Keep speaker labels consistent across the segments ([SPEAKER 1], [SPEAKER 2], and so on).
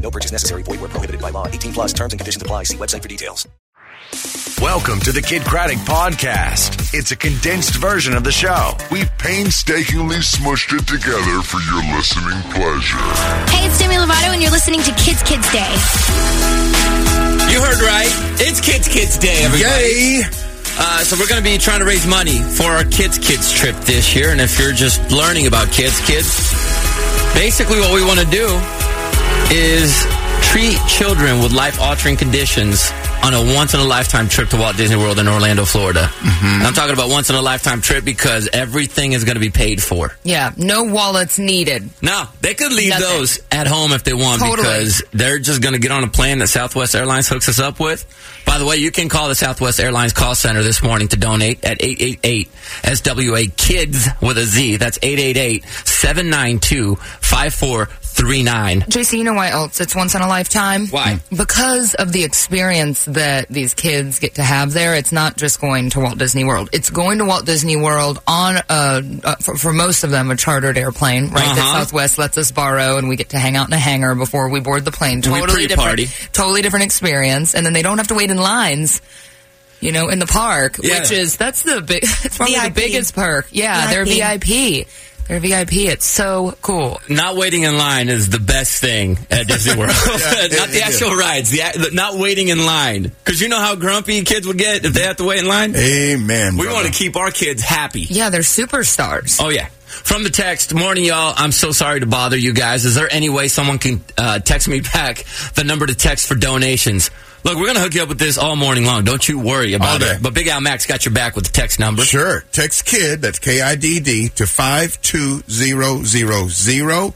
[SPEAKER 1] No purchase necessary. Void where prohibited by law. 18 plus terms and conditions apply. See website for details.
[SPEAKER 2] Welcome to the Kid Craddock Podcast. It's a condensed version of the show. We've painstakingly smushed it together for your listening pleasure.
[SPEAKER 3] Hey, it's Demi Lovato, and you're listening to Kids Kids Day.
[SPEAKER 4] You heard right. It's Kids Kids Day, everybody.
[SPEAKER 2] Yay!
[SPEAKER 4] Uh, so we're going to be trying to raise money for our Kids Kids trip this year. And if you're just learning about Kids Kids, basically what we want to do is treat children with life-altering conditions on a once-in-a-lifetime trip to Walt Disney World in Orlando, Florida. And I'm talking about once-in-a-lifetime trip because everything is going to be paid for.
[SPEAKER 5] Yeah, no wallets needed.
[SPEAKER 4] No, they could leave
[SPEAKER 5] Nothing.
[SPEAKER 4] those at home if they want
[SPEAKER 5] Totally.
[SPEAKER 4] because they're just going to get on a plane that Southwest Airlines hooks us up with. By the way, you can call the Southwest Airlines call center this morning to donate at 888 SWA Kids with a Z. That's 888 792 5439.
[SPEAKER 5] JC, you know why else it's once in a lifetime?
[SPEAKER 4] Why?
[SPEAKER 5] Because of the experience that these kids get to have there. It's not just going to Walt Disney World. It's going to Walt Disney World on a, uh, for, for most of them, a chartered airplane, right? That
[SPEAKER 4] Uh-huh.
[SPEAKER 5] Southwest lets us borrow and we get to hang out in a hangar before we board the plane.
[SPEAKER 4] we
[SPEAKER 5] Totally
[SPEAKER 4] pre-party.
[SPEAKER 5] different. Totally different experience. And then they don't have to wait in lines. You know, in the park,
[SPEAKER 4] Yeah.
[SPEAKER 5] which is that's the big, that's probably
[SPEAKER 6] VIP.
[SPEAKER 5] the biggest perk. Yeah, they're VIP. They're VIP. It's so cool.
[SPEAKER 4] Not waiting in line is the best thing at Disney World. not the actual rides, the, the not waiting in line. Because you know how grumpy kids would get if they have to wait in line?
[SPEAKER 2] Amen.
[SPEAKER 4] We
[SPEAKER 2] brother.
[SPEAKER 4] want to keep our kids happy.
[SPEAKER 5] Yeah, they're superstars.
[SPEAKER 4] Oh yeah. From the text, morning y'all. I'm so sorry to bother you guys. Is there any way someone can uh, text me back the number to text for donations? Look, we're gonna hook you up with this all morning long. Don't you worry
[SPEAKER 7] All
[SPEAKER 4] about
[SPEAKER 7] day.
[SPEAKER 4] it. But Big Al Max got your back with the text number.
[SPEAKER 7] Sure. Text KID, that's K I D D, to 52000.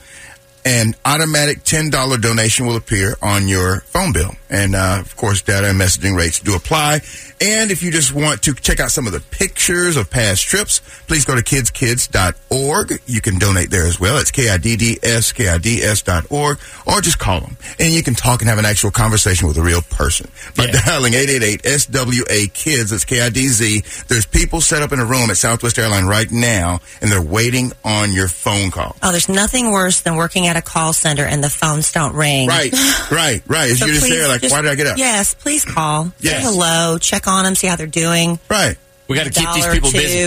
[SPEAKER 7] An automatic $10 donation will appear on your phone bill. And, uh, of course, data and messaging rates do apply. And if you just want to check out some of the pictures of past trips, please go to kidskids.org. You can donate there as well. It's K-I-D-D-S, K-I-D-S dot org, or just call them. And you can talk and have an actual conversation with a real person by dialing 888-SWA-KIDS. That's K-I-D-Z. There's people set up in a room at Southwest Airline right now, and they're waiting on your phone call.
[SPEAKER 6] Oh, there's nothing worse than working at a call center and the phones don't ring.
[SPEAKER 7] Right, right, right. If
[SPEAKER 6] So
[SPEAKER 7] You're just
[SPEAKER 6] please
[SPEAKER 7] there like, why did I get up?
[SPEAKER 6] Yes, please call.
[SPEAKER 7] Yes.
[SPEAKER 6] Say hello. Check on them. See how they're doing.
[SPEAKER 7] Right.
[SPEAKER 4] We got to keep these
[SPEAKER 6] Dollar or
[SPEAKER 4] people
[SPEAKER 6] two.
[SPEAKER 4] busy.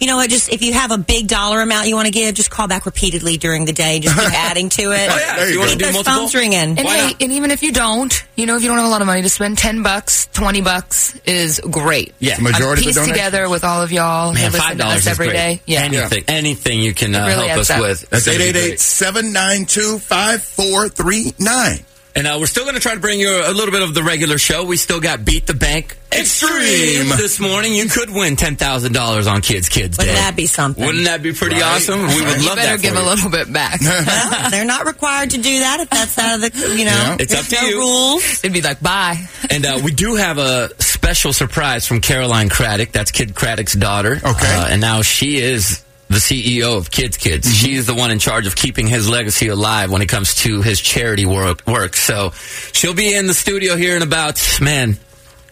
[SPEAKER 6] You know what? Just if you have a big dollar amount you want to give, just call back repeatedly during the day. Just keep adding to it.
[SPEAKER 4] Oh, yeah.
[SPEAKER 7] There
[SPEAKER 4] you
[SPEAKER 7] you
[SPEAKER 4] want to
[SPEAKER 7] go.
[SPEAKER 6] Keep
[SPEAKER 4] do
[SPEAKER 6] those
[SPEAKER 4] multiple?
[SPEAKER 6] phones ringing.
[SPEAKER 5] And
[SPEAKER 4] Why
[SPEAKER 5] hey,
[SPEAKER 4] not?
[SPEAKER 5] and even if you don't, you know, if you don't have a lot of money to spend, ten bucks, twenty bucks is great.
[SPEAKER 4] Yeah.
[SPEAKER 7] The majority
[SPEAKER 5] I'm
[SPEAKER 7] of the
[SPEAKER 5] pieced
[SPEAKER 7] donations.
[SPEAKER 5] together with all of y'all.
[SPEAKER 4] Man,
[SPEAKER 5] who listen
[SPEAKER 4] five
[SPEAKER 5] to
[SPEAKER 4] dollars
[SPEAKER 5] us
[SPEAKER 4] is
[SPEAKER 5] every
[SPEAKER 4] great.
[SPEAKER 5] day. Yeah,
[SPEAKER 4] Anything, anything you can uh,
[SPEAKER 5] really
[SPEAKER 4] help us
[SPEAKER 5] adds up.
[SPEAKER 4] with.
[SPEAKER 7] That's
[SPEAKER 4] It's gonna be great.
[SPEAKER 7] 888 792 5439.
[SPEAKER 4] And uh, we're still going to try to bring you a little bit of the regular show. We still got Beat the Bank
[SPEAKER 7] Extreme.
[SPEAKER 4] this morning. You could win ten thousand dollars on Kids Kids
[SPEAKER 6] Wouldn't
[SPEAKER 4] Day.
[SPEAKER 6] that be something?
[SPEAKER 4] Wouldn't that be pretty
[SPEAKER 7] Right.
[SPEAKER 4] awesome? We would
[SPEAKER 7] Right.
[SPEAKER 5] you
[SPEAKER 4] love
[SPEAKER 5] better
[SPEAKER 4] that. for
[SPEAKER 5] give
[SPEAKER 4] you.
[SPEAKER 5] a little bit back.
[SPEAKER 6] Well, they're not required to do that if that's out of the, you know,
[SPEAKER 7] Yeah.
[SPEAKER 4] It's up to
[SPEAKER 6] there's no
[SPEAKER 4] you.
[SPEAKER 6] rules.
[SPEAKER 5] It'd be like bye.
[SPEAKER 4] And uh, we do have a special surprise from Caroline Craddock. That's Kid Craddock's daughter. Okay. and now she is the CEO of Kids Kids. She is the one in charge of keeping his legacy alive when it comes to his charity work. work. So she'll be in the studio here in about, man,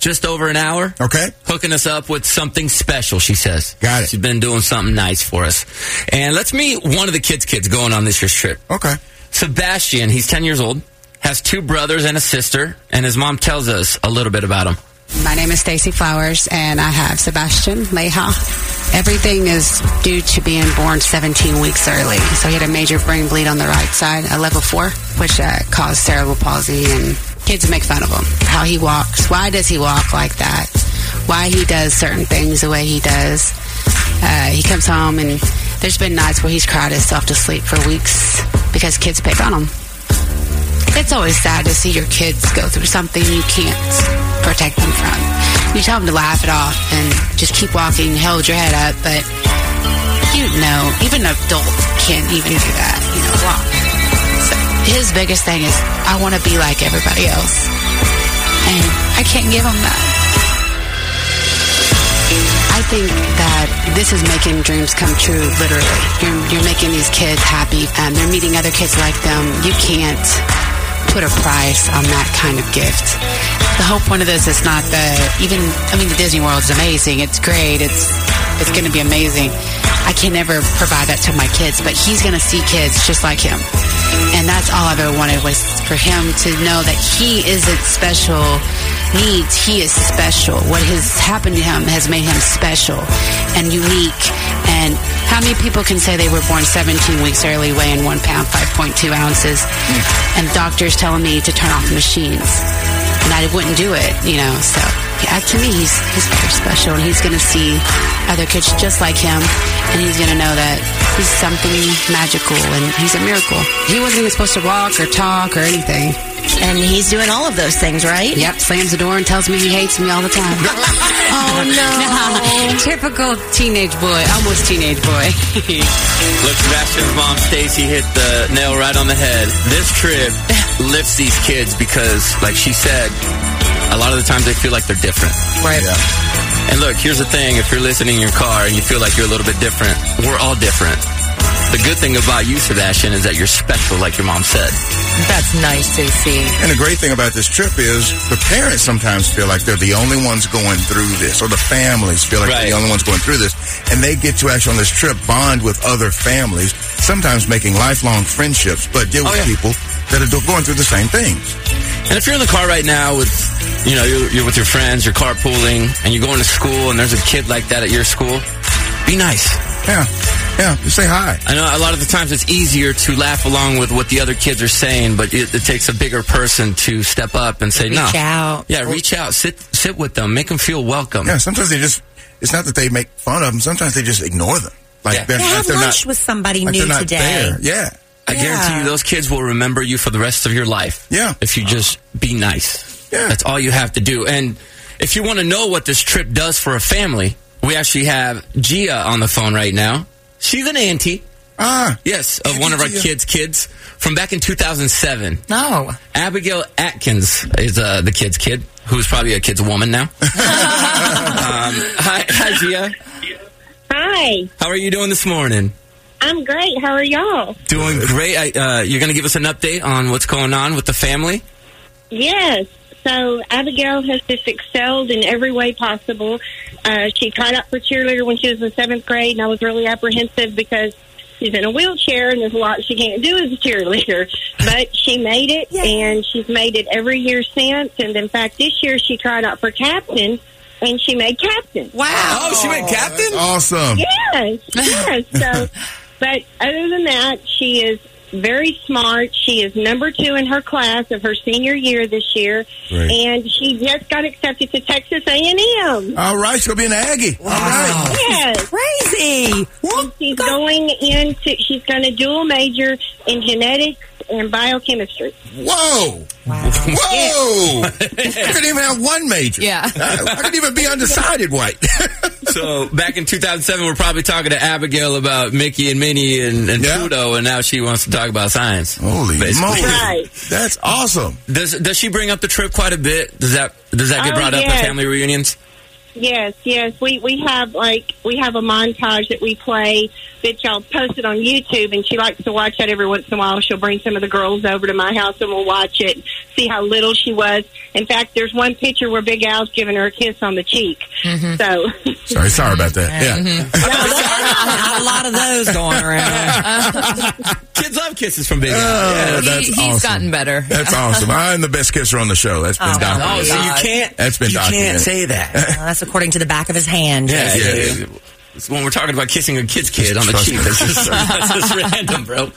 [SPEAKER 4] just over an hour.
[SPEAKER 7] Okay.
[SPEAKER 4] Hooking us up with something special, she says.
[SPEAKER 7] Got it.
[SPEAKER 4] She's been doing something nice for us. And let's meet one of the Kids Kids going on this year's trip.
[SPEAKER 7] Okay.
[SPEAKER 4] Sebastian, he's 10 years old, has two brothers and a sister, and his mom tells us a little bit about him.
[SPEAKER 8] My name is Stacy Flowers, and I have Sebastian Leha. Everything is due to being born 17 weeks early. So he had a major brain bleed on the right side, a level four, which uh, caused cerebral palsy, and kids make fun of him. How he walks, why does he walk like that? Why he does certain things the way he does? Uh, he comes home, and there's been nights where he's cried himself to sleep for weeks because kids pick on him. It's always sad to see your kids go through something you can't protect them from. You tell them to laugh it off and just keep walking, hold your head up, but you know, even an adult can't even do that, you know, walk. So his biggest thing is, I want to be like everybody else. And I can't give them that. I think that this is making dreams come true, literally. You're, you're making these kids happy. Um, they're meeting other kids like them. You can't put a price on that kind of gift. The whole point of this is not that even, I mean, the Disney World is amazing. It's great. It's, it's going to be amazing. I can never provide that to my kids, but he's going to see kids just like him. And that's all I've ever wanted was for him to know that he isn't special needs, he is special. What has happened to him has made him special and unique. And how many people can say they were born 17 weeks early, weighing one pound, 5.2 ounces, and doctors telling me to turn off machines? And I wouldn't do it, you know. So yeah, to me, he's, he's very special, and he's going to see other kids just like him, and he's going to know that he's something magical and he's a miracle. He wasn't even supposed to walk or talk or anything.
[SPEAKER 6] And he's doing all of those things, right?
[SPEAKER 8] Yep, slams the door and tells me he hates me all the time. oh no. Typical teenage boy, almost teenage boy.
[SPEAKER 4] Look, Sebastian's mom, Stacy, hit the nail right on the head. This trip lifts these kids because, like she said, a lot of the times they feel like they're different.
[SPEAKER 5] Right.
[SPEAKER 4] And look, here's the thing if you're listening in your car and you feel like you're a little bit different, we're all different. The good thing about you, Sebastian, is that you're special, like your mom said.
[SPEAKER 5] That's nice, JC.
[SPEAKER 7] And the great thing about this trip is the parents sometimes feel like they're the only ones going through this, or the families feel like
[SPEAKER 4] Right.
[SPEAKER 7] they're the only ones going through this. And they get to actually on this trip bond with other families, sometimes making lifelong friendships, but deal
[SPEAKER 4] Oh,
[SPEAKER 7] with
[SPEAKER 4] yeah.
[SPEAKER 7] people that are do- going through the same things.
[SPEAKER 4] And if you're in the car right now with, you know, you're, you're with your friends, you're carpooling, and you're going to school, and there's a kid like that at your school, be nice.
[SPEAKER 7] Yeah. Yeah. You say hi.
[SPEAKER 4] I know a lot of the times it's easier to laugh along with what the other kids are saying, but it, it takes a bigger person to step up and say, "No,
[SPEAKER 6] Reach out.
[SPEAKER 4] yeah, reach out, sit, sit with them, make them feel welcome."
[SPEAKER 7] Yeah. Sometimes they just, it's not that they make fun of them, sometimes they just ignore them. Like
[SPEAKER 4] Yeah.
[SPEAKER 7] they're,
[SPEAKER 6] Yeah,
[SPEAKER 7] like
[SPEAKER 6] have
[SPEAKER 7] they're
[SPEAKER 6] lunch
[SPEAKER 7] not,
[SPEAKER 6] with somebody
[SPEAKER 7] like
[SPEAKER 6] new
[SPEAKER 7] they're not
[SPEAKER 6] today.
[SPEAKER 7] there. Yeah.
[SPEAKER 4] I guarantee
[SPEAKER 6] Yeah.
[SPEAKER 4] you, those kids will remember you for the rest of your life.
[SPEAKER 7] Yeah.
[SPEAKER 4] if you just be nice.
[SPEAKER 7] Yeah.
[SPEAKER 4] that's all you have to do. And if you want to know what this trip does for a family, we actually have Gia on the phone right now. She's an auntie.
[SPEAKER 7] Ah.
[SPEAKER 4] Yes, of one of our
[SPEAKER 7] Gia.
[SPEAKER 4] kids' kids from back in 2007.
[SPEAKER 5] No.
[SPEAKER 4] Abigail eh, Atkins is uh, the kid's kid, who's probably a kid's woman now. um, hi, hi, Gia.
[SPEAKER 9] Hi,
[SPEAKER 4] How are you doing this morning?
[SPEAKER 9] I'm great. How are y'all?
[SPEAKER 4] Doing great. I, uh, you're going to give us an update on what's going on with the family.
[SPEAKER 9] Yes. So Abigail has just excelled in every way possible. Uh, she tried out for cheerleader when she was in seventh grade, and I was really apprehensive because she's in a wheelchair and there's a lot she can't do as a cheerleader. But she made it, and she's made it every year since. And in fact, this year she tried out for captain, and she made captain.
[SPEAKER 6] Wow.
[SPEAKER 7] Oh,
[SPEAKER 4] she went captain.
[SPEAKER 7] Awesome.
[SPEAKER 9] Yes, yes. So, but other than that, she is very smart. She is number two in her class of her senior year this year,
[SPEAKER 7] Great.
[SPEAKER 9] and she just got accepted to Texas A and M.
[SPEAKER 7] All right. She's going to be an Aggie. All right.
[SPEAKER 9] Yes,
[SPEAKER 6] Crazy.
[SPEAKER 9] and she's going into she's going to dual major in genetics and biochemistry.
[SPEAKER 7] Whoa! Whoa! I could even have one major.
[SPEAKER 5] Yeah.
[SPEAKER 7] I, I could even be undecided white.
[SPEAKER 4] So back in 2007, we're probably talking to Abigail about Mickey and Minnie and, and
[SPEAKER 7] Yeah.
[SPEAKER 4] Pluto, and now she wants to talk about science.
[SPEAKER 7] Holy
[SPEAKER 4] Basically.
[SPEAKER 7] moly.
[SPEAKER 9] Right.
[SPEAKER 7] That's awesome.
[SPEAKER 4] Does does she bring up the trip quite a bit? Does that does that get
[SPEAKER 9] Oh,
[SPEAKER 4] brought up
[SPEAKER 9] yes.
[SPEAKER 4] at family reunions?
[SPEAKER 9] Yes, yes. We we have like we have a montage that we play that y'all posted on YouTube, and she likes to watch that every once in a while. She'll bring some of the girls over to my house, and we'll watch it, see how little she was. In fact, there's one picture where Big Al's giving her a kiss on the cheek. So
[SPEAKER 7] Sorry, sorry about that. Yeah.
[SPEAKER 6] a lot of those going around.
[SPEAKER 4] Kids love kisses from Big Al.
[SPEAKER 7] Oh,
[SPEAKER 4] Yeah.
[SPEAKER 7] that's
[SPEAKER 5] he's
[SPEAKER 7] awesome.
[SPEAKER 5] gotten better.
[SPEAKER 7] That's awesome. I'm the best kisser on the show. That's been
[SPEAKER 5] Oh,
[SPEAKER 4] Oh,
[SPEAKER 7] documented.
[SPEAKER 4] so you
[SPEAKER 5] God.
[SPEAKER 4] can't.
[SPEAKER 7] That's been
[SPEAKER 4] you can't
[SPEAKER 7] documented.
[SPEAKER 4] say that.
[SPEAKER 6] Uh, that's according to the back of his hand.
[SPEAKER 4] Yeah,
[SPEAKER 7] Yeah,
[SPEAKER 4] yeah,
[SPEAKER 7] yeah.
[SPEAKER 4] It's when we're talking about kissing a kid's kid on the
[SPEAKER 7] Trust
[SPEAKER 4] cheek.
[SPEAKER 7] me.
[SPEAKER 4] That's just, that's just random, bro.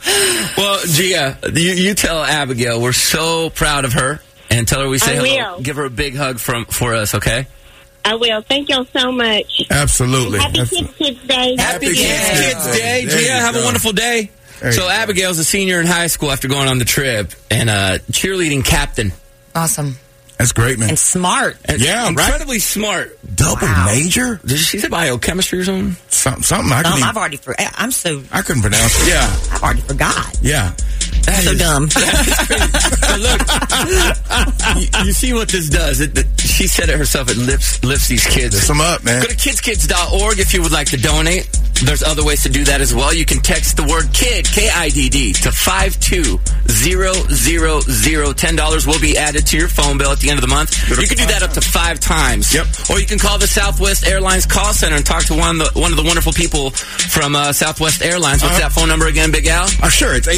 [SPEAKER 4] Well, Gia, you, you tell Abigail we're so proud of her, and tell her we say
[SPEAKER 9] I
[SPEAKER 4] hello.
[SPEAKER 9] will.
[SPEAKER 4] Give her a big hug from for us, okay?
[SPEAKER 9] I will. Thank y'all so much.
[SPEAKER 7] Absolutely.
[SPEAKER 9] Happy
[SPEAKER 7] Absolutely.
[SPEAKER 9] Kids Kids Day.
[SPEAKER 7] Happy Kids
[SPEAKER 4] Kids,
[SPEAKER 7] Kids Day.
[SPEAKER 4] Day,
[SPEAKER 7] There
[SPEAKER 4] Gia.
[SPEAKER 7] you
[SPEAKER 4] Have a
[SPEAKER 7] go.
[SPEAKER 4] wonderful day.
[SPEAKER 7] There you
[SPEAKER 4] so
[SPEAKER 7] go.
[SPEAKER 4] Abigail's a senior in high school after going on the trip, and uh, cheerleading captain.
[SPEAKER 5] Awesome.
[SPEAKER 7] That's great, man.
[SPEAKER 6] And smart.
[SPEAKER 4] And
[SPEAKER 7] Yeah, right.
[SPEAKER 4] incredibly smart.
[SPEAKER 7] Double major?
[SPEAKER 4] Did she say biochemistry or something?
[SPEAKER 7] Something, something I,
[SPEAKER 6] Um,
[SPEAKER 7] couldn't
[SPEAKER 6] I've
[SPEAKER 7] even,
[SPEAKER 6] already. For- I'm so.
[SPEAKER 7] I couldn't pronounce it. Yeah.
[SPEAKER 6] I've already forgot.
[SPEAKER 7] Yeah.
[SPEAKER 6] so dumb.
[SPEAKER 4] you, you see what this does. It, it- she said it herself. It lifts, lifts these kids.
[SPEAKER 7] Lifts 'em up, man.
[SPEAKER 4] Go to kidskids.org if you would like to donate. There's other ways to do that as well. You can text the word KID, K-I-D-D, to 52000. $10 will be added to your phone bill at the end of the month. You can do that up to five times. Yep. Or you can call the Southwest Airlines call center and talk to one of the, one of the wonderful people from uh, Southwest Airlines. What's that phone number again, Big Al?
[SPEAKER 7] Uh-huh. Uh, sure, it's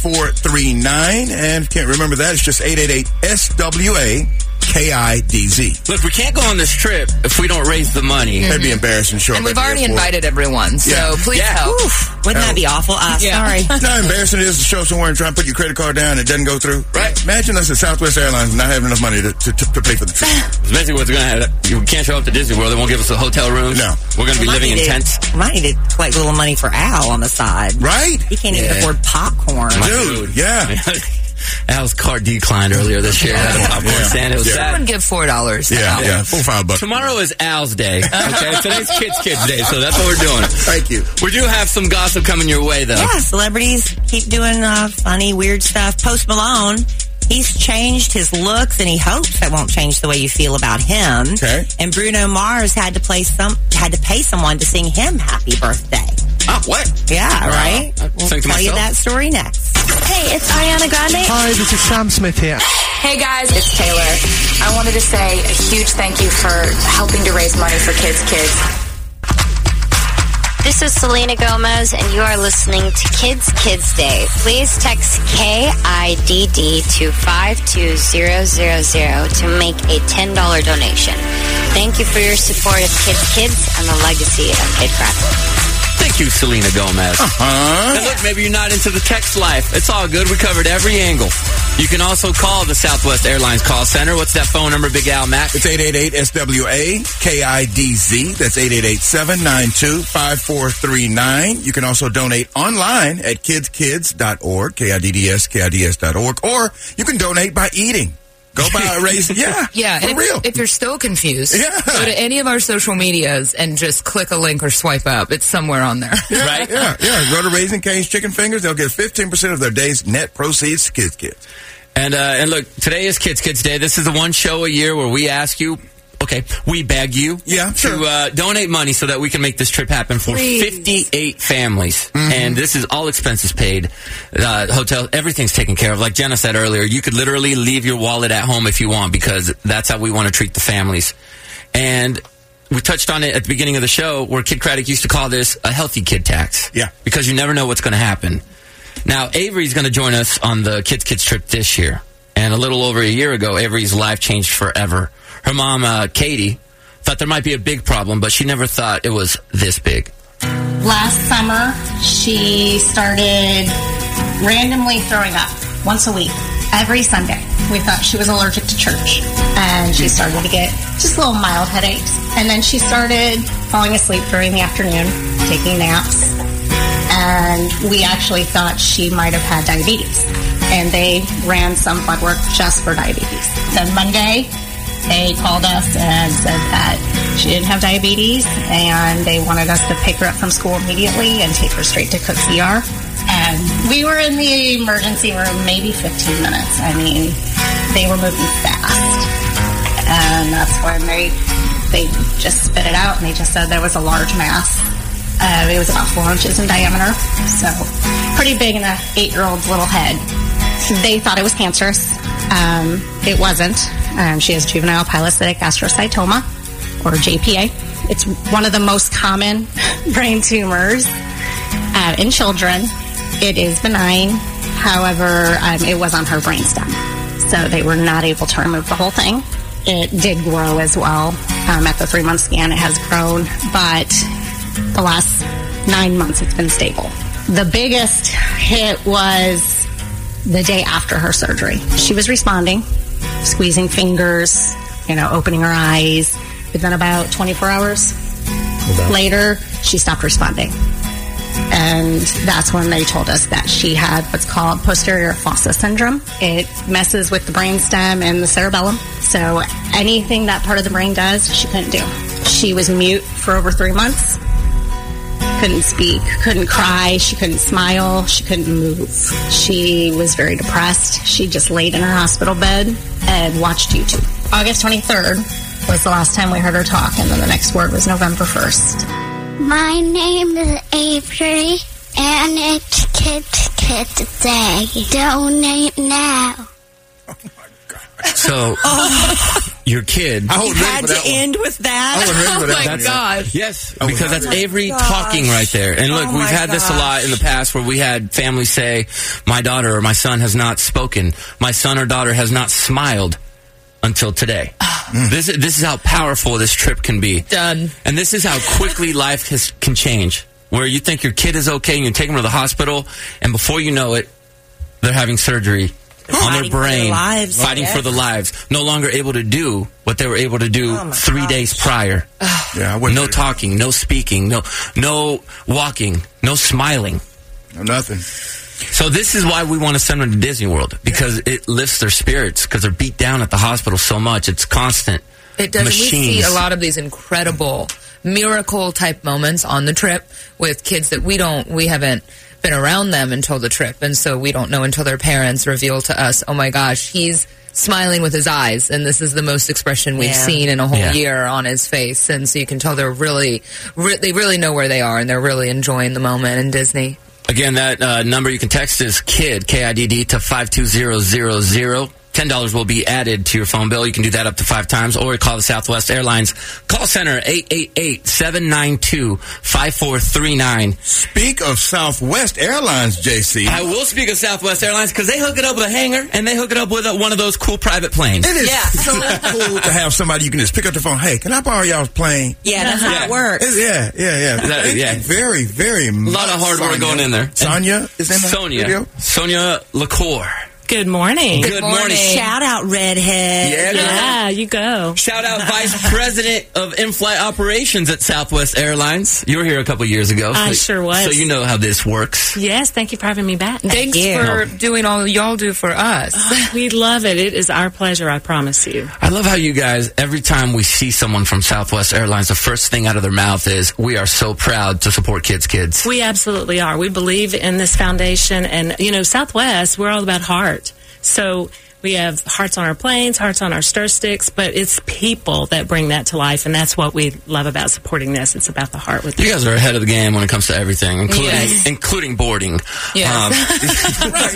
[SPEAKER 7] 888-792-5439. And if you can't remember that, it's just 888-SWA-KIDZ.
[SPEAKER 4] Look, we can't go on this trip if we don't raise the money.
[SPEAKER 7] That'd be embarrassing, sure.
[SPEAKER 5] Mm-hmm. And we've
[SPEAKER 7] That'd be
[SPEAKER 5] already
[SPEAKER 7] a fool.
[SPEAKER 5] invited everyone, so
[SPEAKER 7] Yeah.
[SPEAKER 5] please
[SPEAKER 4] Yeah.
[SPEAKER 5] help.
[SPEAKER 6] Wouldn't that be awful? Uh,
[SPEAKER 5] Yeah.
[SPEAKER 6] Sorry.
[SPEAKER 7] You know how embarrassing it is to show up somewhere and try and put your credit card down and it doesn't go through?
[SPEAKER 4] Right.
[SPEAKER 7] Imagine us at Southwest Airlines not having enough money to, to, to pay for the trip.
[SPEAKER 4] Basically, what's going to happen, you can't show up to Disney World. They won't give us a hotel room.
[SPEAKER 7] No.
[SPEAKER 4] We're going to be
[SPEAKER 6] Might
[SPEAKER 4] living in
[SPEAKER 6] need to-
[SPEAKER 4] tents.
[SPEAKER 6] Might need to collect a little money for Al on the side.
[SPEAKER 7] right?
[SPEAKER 6] He can't even
[SPEAKER 4] Yeah.
[SPEAKER 6] afford popcorn.
[SPEAKER 4] My
[SPEAKER 7] Dude,
[SPEAKER 4] dude.
[SPEAKER 7] yeah.
[SPEAKER 4] Al's car declined earlier this year. Had a popcorn
[SPEAKER 7] Yeah.
[SPEAKER 4] stand. It was
[SPEAKER 7] Yeah.
[SPEAKER 5] Someone
[SPEAKER 4] sad.
[SPEAKER 5] give four dollars.
[SPEAKER 7] Yeah, yeah. Four, five bucks.
[SPEAKER 4] Tomorrow is Al's day. Okay, today's Kids Kids Day, so that's what we're doing.
[SPEAKER 7] Thank you.
[SPEAKER 4] We do have some gossip coming your way, though.
[SPEAKER 6] Yeah, celebrities keep doing uh, funny, weird stuff. Post Malone, he's changed his looks, and he hopes that won't change the way you feel about him.
[SPEAKER 7] Okay.
[SPEAKER 6] And Bruno Mars had to play some, had to pay someone to sing him "Happy Birthday."
[SPEAKER 4] Oh, what?
[SPEAKER 6] Yeah, right.
[SPEAKER 4] I
[SPEAKER 6] We'll tell
[SPEAKER 4] think to
[SPEAKER 6] you
[SPEAKER 4] myself.
[SPEAKER 6] that story next.
[SPEAKER 3] Hey, it's Ariana Grande.
[SPEAKER 10] Hi, this is Sam Smith here.
[SPEAKER 11] Hey guys, it's Taylor. I wanted to say a huge thank you for helping to raise money for Kids Kids.
[SPEAKER 12] This is Selena Gomez, and you are listening to Kids Kids Day. Please text KIDD to 52000 to make a $10 donation. Thank you for your support of Kids Kids and the legacy of Kid Crackle.
[SPEAKER 4] Thank you, Selena Gomez.
[SPEAKER 7] Huh?
[SPEAKER 4] And look, maybe you're not into the text life. It's all good. We covered every angle. You can also call the Southwest Airlines call center. What's that phone number, Big Al Mac?
[SPEAKER 7] It's 888-SWA-KIDZ. That's 888-792-5439. You can also donate online at kidskids.org, K-I-D-D-S, K-I-D-S dot org. Or you can donate by eating. Go by a raise. Yeah.
[SPEAKER 5] Yeah,
[SPEAKER 7] For
[SPEAKER 5] and if,
[SPEAKER 7] real.
[SPEAKER 5] if you're still confused,
[SPEAKER 7] Yeah.
[SPEAKER 5] go to any of our social medias and just click a link or swipe up. It's somewhere on there.
[SPEAKER 7] yeah,
[SPEAKER 4] right?
[SPEAKER 7] Yeah, yeah. Go to Raising Cane's Chicken Fingers. They'll get 15% of their day's net proceeds to Kids Kids.
[SPEAKER 4] And uh, and look, today is Kids Kids Day. This is the one show a year where we ask you, okay, we beg you,
[SPEAKER 7] Yeah,
[SPEAKER 4] to
[SPEAKER 7] sure.
[SPEAKER 4] uh, donate money so that we can make this trip happen for
[SPEAKER 5] Please.
[SPEAKER 4] 58 families. And this is all expenses paid, uh, hotel, everything's taken care of. Like Jenna said earlier, you could literally leave your wallet at home if you want because that's how we want to treat the families. And we touched on it at the beginning of the show where Kid Craddock used to call this a healthy kid tax.
[SPEAKER 7] Yeah.
[SPEAKER 4] Because you never know what's going to happen. Now, Avery's going to join us on the Kids Kids trip this year. And a little over a year ago, Avery's life changed forever. Her mom, uh, Katie, thought there might be a big problem, but she never thought it was this big.
[SPEAKER 11] Last summer, she started randomly throwing up once a week, every Sunday. We thought she was allergic to church, and she started to get just little mild headaches. And then she started falling asleep during the afternoon, taking naps, and we actually thought she might have had diabetes. And they ran some blood work just for diabetes. Then Monday, they called us and said that she didn't have diabetes and they wanted us to pick her up from school immediately and take her straight to Cook ER. And we were in the emergency room maybe 15 minutes. I mean, they were moving fast and that's when they they just spit it out and they just said there was a large mass. Uh, it was about four inches in diameter, so pretty big in a eight-year-old's little head. So they thought it was cancerous. Um, it wasn't. Um, she has juvenile pilocytic astrocytoma, or JPA. It's one of the most common brain tumors uh, in children. It is benign. However, um, it was on her brainstem. So they were not able to remove the whole thing. It did grow as well. Um, at the three month scan, it has grown, but the last nine months, it's been stable. The biggest hit was the day after her surgery. She was responding, squeezing fingers, you know, opening her eyes. Within about 24 hours later, she stopped responding and that's when they told us that she had what's called posterior fossa syndrome. It messes with the brainstem and the cerebellum. So anything that part of the brain does, she couldn't do. She was mute for over three months. couldn't speak, couldn't cry, she couldn't smile, she couldn't move. She was very depressed. She just laid in her hospital bed and watched YouTube. August 23rd was the last time we heard her talk, and then the next word was November 1st.
[SPEAKER 10] My name is Avery, and it's Kids Kids Day. Donate now.
[SPEAKER 4] So your kid.
[SPEAKER 6] I wasn't You ready had for that to one. end with that? I wasn't ready for Oh that my one yet. gosh.
[SPEAKER 4] Yes,
[SPEAKER 6] I wasn't
[SPEAKER 4] because that's
[SPEAKER 6] ready.
[SPEAKER 4] Avery
[SPEAKER 6] Oh my gosh.
[SPEAKER 4] talking right there. And look,
[SPEAKER 6] Oh
[SPEAKER 4] we've
[SPEAKER 6] my
[SPEAKER 4] had this a lot in the past where we had families say, "My daughter or my son has not spoken. My son or daughter has not smiled." Until today, this is, this is how powerful this trip can be. Done. And this is how quickly life has, can change. Where you think your kid is okay, and you take them to the hospital, and before you know it, they're having surgery on their
[SPEAKER 6] Fighting for their
[SPEAKER 4] brain,
[SPEAKER 6] lives.
[SPEAKER 4] fighting
[SPEAKER 6] Yeah.
[SPEAKER 4] for the lives, no longer able to do what they were able to do
[SPEAKER 6] Oh,
[SPEAKER 4] three
[SPEAKER 6] my
[SPEAKER 4] days prior.
[SPEAKER 7] yeah,
[SPEAKER 4] no talking, no speaking, no no walking, no smiling,
[SPEAKER 7] no nothing.
[SPEAKER 4] So this is why we want to send them to Disney World because it lifts their spirits because they're beat down at the hospital so much. It's constant.
[SPEAKER 5] It does. and We see
[SPEAKER 4] Machines.
[SPEAKER 5] a lot of these incredible miracle type moments on the trip with kids that we don't, we haven't been around them until the trip. And so we don't know until their parents reveal to us, oh my gosh, he's smiling with his eyes. And this is the most expression we've
[SPEAKER 13] Yeah.
[SPEAKER 5] seen in a whole
[SPEAKER 13] Yeah.
[SPEAKER 5] year on his face. And so you can tell they're really, re- they really know where they are and they're really enjoying the moment in Disney.
[SPEAKER 4] Again, that uh, number you can text is KID, K-I-D-D, to 52000. $10 will be added to your phone bill. You can do that up to five times or call the Southwest Airlines call center 888-792-5439.
[SPEAKER 7] Speak of Southwest Airlines, JC.
[SPEAKER 4] I will speak of Southwest Airlines because they hook it up with a hangar and they hook it up with uh one of those cool private planes.
[SPEAKER 7] It is so cool to have somebody you can just pick up the phone. Hey, can I borrow y'all's plane?
[SPEAKER 6] Yeah, that's how it works.
[SPEAKER 7] It's- yeah, yeah, yeah.
[SPEAKER 4] That-
[SPEAKER 7] Thank you
[SPEAKER 4] yeah.
[SPEAKER 7] Very, very
[SPEAKER 4] A lot of hard work going in there.
[SPEAKER 7] Sonia is in the
[SPEAKER 4] Sonia.
[SPEAKER 7] video?
[SPEAKER 4] Sonia Lacour.
[SPEAKER 14] Good morning.
[SPEAKER 4] Good Good morning. morning.
[SPEAKER 6] Shout out, redhead.
[SPEAKER 4] Yeah, girl.
[SPEAKER 14] Yeah, you go.
[SPEAKER 4] Shout out Uh, Vice President of In-Flight Operations at Southwest Airlines. You were here a couple years ago.
[SPEAKER 14] I sure was.
[SPEAKER 4] So you know how this works.
[SPEAKER 14] Yes, thank you for having me back.
[SPEAKER 5] Thanks for doing all y'all do for us.
[SPEAKER 14] we love it. It is our pleasure, I promise you.
[SPEAKER 4] I love how you guys, every time we see someone from Southwest Airlines, the first thing out of their mouth is, we are so proud to support kids' kids.
[SPEAKER 14] We absolutely are. We believe in this foundation. And, you know, Southwest, we're all about heart. So we have hearts on our planes, hearts on our stir sticks, but it's people that bring that to life. And that's what we love about supporting this. It's about the heart with
[SPEAKER 4] You guys are ahead of the game when it comes to everything, including
[SPEAKER 14] Yes.
[SPEAKER 4] including boarding. Um,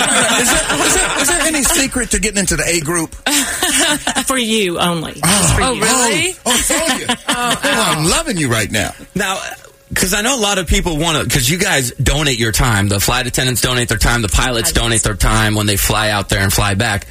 [SPEAKER 7] Is there any secret to getting into the A group?
[SPEAKER 14] for you only. Just for you.
[SPEAKER 7] Oh, oh, Sonia. oh, I'm loving you right now.
[SPEAKER 4] Now, because I know a lot of people want to, because you guys donate your time. The flight attendants donate their time. The pilots donate their time when they fly out there and fly back.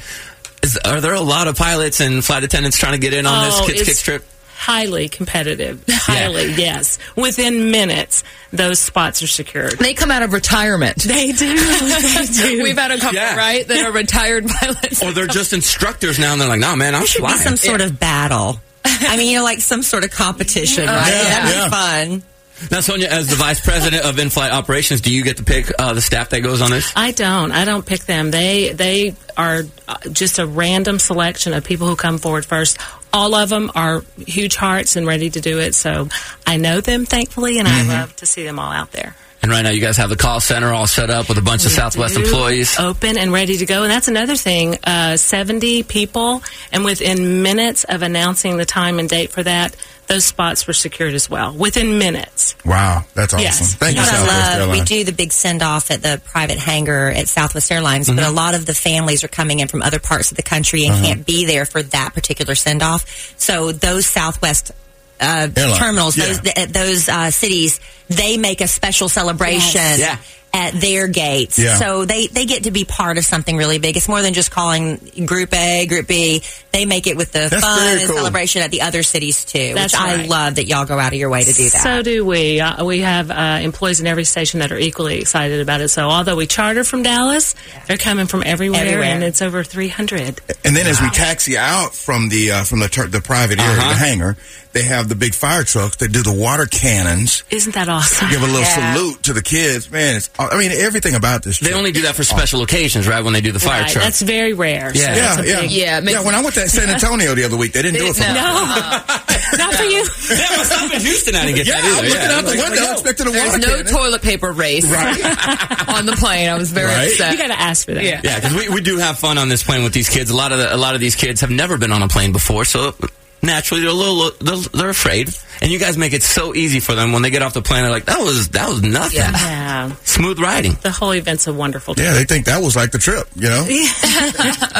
[SPEAKER 4] Is, are there a lot of pilots and flight attendants trying to get in on
[SPEAKER 14] Oh,
[SPEAKER 4] this kids'
[SPEAKER 14] it's
[SPEAKER 4] kids trip?
[SPEAKER 14] Highly competitive. Highly, yes. Within minutes, those spots are secured.
[SPEAKER 5] They come out of retirement.
[SPEAKER 14] They do. They do.
[SPEAKER 5] We've had a couple,
[SPEAKER 4] Yeah.
[SPEAKER 5] right? That are retired pilots.
[SPEAKER 4] Or they're just instructors now and they're like, no, man, I'm
[SPEAKER 6] There should
[SPEAKER 4] flying.
[SPEAKER 6] be some sort of battle. I mean, you know, like some sort of competition, right?
[SPEAKER 4] Yeah,
[SPEAKER 6] That'd
[SPEAKER 4] yeah.
[SPEAKER 6] be fun.
[SPEAKER 4] Now, Sonia, as the vice president of in-flight operations, do you get to pick uh, the staff that goes on this?
[SPEAKER 14] I don't. I don't pick them. They they are uh, just a random selection of people who come forward first. All of them are huge hearts and ready to do it. So I know them, thankfully, and
[SPEAKER 4] Mm-hmm.
[SPEAKER 14] I love to see them all out there.
[SPEAKER 4] And right now, you guys have the call center all set up with a bunch of Southwest
[SPEAKER 14] do. Oh,
[SPEAKER 4] employees.
[SPEAKER 14] Open and ready to go. And that's another thing uh, 70 people, and within minutes of announcing the time and date for that, those spots were secured as well. Within minutes.
[SPEAKER 7] Wow, that's awesome.
[SPEAKER 14] Yes.
[SPEAKER 7] Thank you,
[SPEAKER 6] what
[SPEAKER 7] Southwest
[SPEAKER 6] I love, we
[SPEAKER 7] Airlines.
[SPEAKER 6] do the big send off at the private hangar at Southwest Airlines, but a lot of the families are coming in from other parts of the country and
[SPEAKER 7] Mm-hmm. Uh-huh.
[SPEAKER 6] can't be there for that particular send off. So those Southwest uh,
[SPEAKER 7] Airlines.
[SPEAKER 6] terminals,
[SPEAKER 7] Yeah.
[SPEAKER 6] those, th- at those uh, cities, they make a special celebration.
[SPEAKER 7] Yes. Yeah.
[SPEAKER 6] At their gates,
[SPEAKER 7] Yeah.
[SPEAKER 6] so they they get to be part of something really big. It's more than just calling Group A, Group B. They make it with the
[SPEAKER 14] That's
[SPEAKER 6] fun
[SPEAKER 14] very
[SPEAKER 6] and
[SPEAKER 14] cool.
[SPEAKER 6] celebration at the other cities too,
[SPEAKER 14] That's
[SPEAKER 6] which I
[SPEAKER 14] right.
[SPEAKER 6] love that y'all go out of your way to do that.
[SPEAKER 14] So do we. Uh, we have uh, employees in every station that are equally excited about it. So although we charter from Dallas, they're coming from everywhere,
[SPEAKER 7] Everywhere.
[SPEAKER 14] and it's over 300.
[SPEAKER 7] And then as we taxi out from the uh, from the tur the private area,
[SPEAKER 4] Uh-huh.
[SPEAKER 7] the hangar, they have the big fire trucks that do the water cannons.
[SPEAKER 14] Isn't that awesome?
[SPEAKER 7] Give a little salute to the kids, man. It's, I mean, everything about this.
[SPEAKER 4] They only do that for special occasions, right? When they do the fire
[SPEAKER 14] Right.
[SPEAKER 4] truck.
[SPEAKER 14] That's very rare.
[SPEAKER 7] Yeah,
[SPEAKER 14] so that's
[SPEAKER 7] yeah,
[SPEAKER 14] a
[SPEAKER 7] yeah.
[SPEAKER 14] big-
[SPEAKER 7] When I went to San Antonio the other week, they didn't do it for me.
[SPEAKER 14] No. Not for you.
[SPEAKER 4] That must stop in Houston. I didn't get
[SPEAKER 7] Yeah,
[SPEAKER 4] that either.
[SPEAKER 7] I'm looking out the
[SPEAKER 4] Like,
[SPEAKER 7] window,
[SPEAKER 4] yo.
[SPEAKER 7] expecting a
[SPEAKER 5] There's
[SPEAKER 7] water
[SPEAKER 5] no toilet paper race on the plane. I was very
[SPEAKER 4] Right.
[SPEAKER 5] upset.
[SPEAKER 4] You
[SPEAKER 14] gotta ask for that.
[SPEAKER 5] Yeah.
[SPEAKER 4] Yeah, because we, we do have fun on this plane with these kids. A lot of the, a lot of these kids have never been on a plane before, so naturally they're a little they're, they're afraid. And you guys make it so easy for them when they get off the plane. They're like, that was that was nothing.
[SPEAKER 14] Yeah.
[SPEAKER 4] Smooth riding.
[SPEAKER 14] The whole event's a wonderful
[SPEAKER 7] Yeah, they think that was like the trip, you know?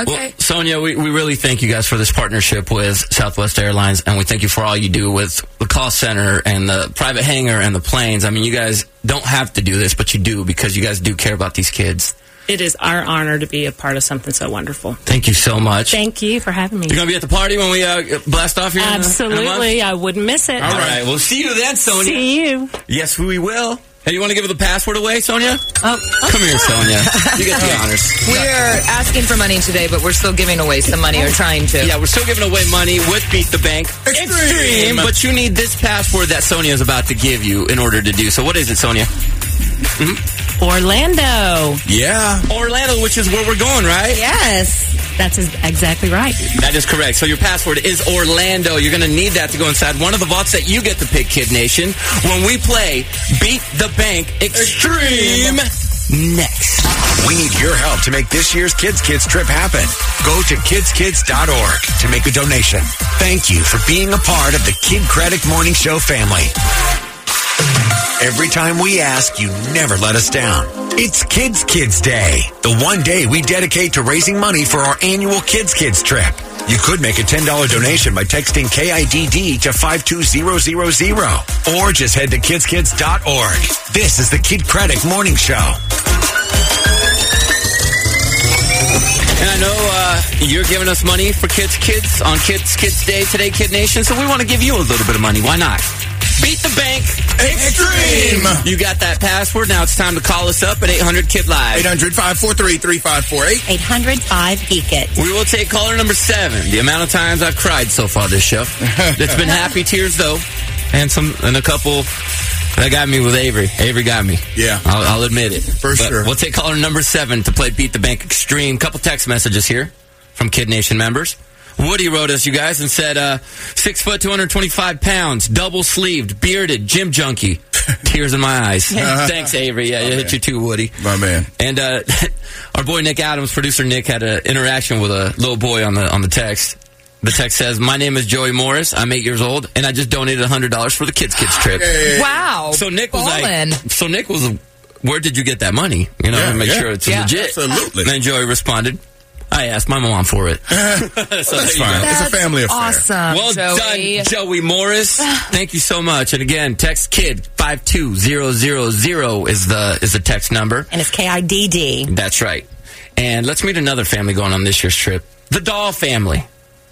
[SPEAKER 4] Well, Sonia, we, we really thank you guys for this partnership with Southwest Airlines, and we thank you for all you do with the call center and the private hangar and the planes. I mean, you guys don't have to do this, but you do because you guys do care about these kids.
[SPEAKER 14] It is our honor to be a part of something so wonderful.
[SPEAKER 4] Thank you so much.
[SPEAKER 14] Thank you for having me.
[SPEAKER 4] You're going to be at the party when we uh, blast off here? in a- in a month?
[SPEAKER 14] Absolutely. I wouldn't miss it.
[SPEAKER 4] All right. We'll see you then, Sonia.
[SPEAKER 14] See you.
[SPEAKER 4] Yes, we will. Hey, you want to give her the password away, Sonia? Come here, Sonia. You get the honors.
[SPEAKER 5] We're asking for money today, but we're still giving away some money or trying to.
[SPEAKER 4] Yeah, we're still giving away money with Beat the Bank
[SPEAKER 7] Extreme.
[SPEAKER 4] but you need this password that Sonia is about to give you in order to do so. What is it, Sonia?
[SPEAKER 14] Orlando.
[SPEAKER 4] Yeah, Orlando, which is where we're going, right?
[SPEAKER 14] Yes. That's ex- exactly right.
[SPEAKER 4] That is correct. So your password is Orlando. You're going to need that to go inside one of the vaults that you get to pick, Kid Nation, when we play Beat the Bank Extreme. next.
[SPEAKER 2] We need your help to make this year's Kids Kids trip happen. Go to kidskids.org to make a donation. Thank you for being a part of the Kid Craddock Morning Show family. Every time we ask, you never let us down. It's Kids Kids Day, the one day we dedicate to raising money for our annual Kids Kids trip. You could make a $10 donation by texting KIDD to 52000 or just head to kidskids.org. This is the Kid Craddock Morning Show.
[SPEAKER 4] And I know uh, you're giving us money for Kids Kids on Kids Kids Day today, Kid Nation. So we want to give you a little bit of money. Why not? Beat the bank.
[SPEAKER 7] Extreme.
[SPEAKER 4] You got that password. Now it's time to call us up at 800 Kid Live.
[SPEAKER 7] 800 543 3548.
[SPEAKER 6] 805 Geek It.
[SPEAKER 4] We will take caller number seven. The amount of times I've cried so far this show. it's been happy tears though, and some and a couple that got me with Avery. Avery got me.
[SPEAKER 7] Yeah.
[SPEAKER 4] I'll, I'll admit it
[SPEAKER 7] For
[SPEAKER 4] But
[SPEAKER 7] sure.
[SPEAKER 4] We'll take caller number seven to play Beat the Bank Extreme. Couple text messages here from Kid Nation members. Woody wrote us, you guys, and said, uh, six foot, 225 pounds, double sleeved, bearded, gym junkie. Tears in my eyes. Thanks, Avery. Yeah, it hit you too, Woody.
[SPEAKER 7] My man.
[SPEAKER 4] And uh, our boy Nick Adams, producer Nick, had an interaction with a little boy on the on the text. The text says, "My name is Joey Morris. I'm eight years old, and I just donated hundred dollars for the kids' kids trip."
[SPEAKER 5] Wow.
[SPEAKER 4] So Nick was
[SPEAKER 5] Ballin'.
[SPEAKER 4] like, "So Nick was, where did you get that money? You know,
[SPEAKER 7] Yeah,
[SPEAKER 4] to make
[SPEAKER 7] yeah.
[SPEAKER 4] sure it's
[SPEAKER 7] Yeah.
[SPEAKER 4] legit."
[SPEAKER 7] Absolutely.
[SPEAKER 4] And then Joey responded, "I asked my mom for it." so
[SPEAKER 7] That's
[SPEAKER 4] there you
[SPEAKER 7] fine.
[SPEAKER 4] go.
[SPEAKER 7] it's a family affair.
[SPEAKER 5] Awesome.
[SPEAKER 4] Well
[SPEAKER 5] Joey.
[SPEAKER 4] done, Joey Morris. Thank you so much. And again, text kid five two zero zero zero is the is the text number.
[SPEAKER 6] And it's KIDD.
[SPEAKER 4] That's right. And let's meet another family going on this year's trip. The Doll family.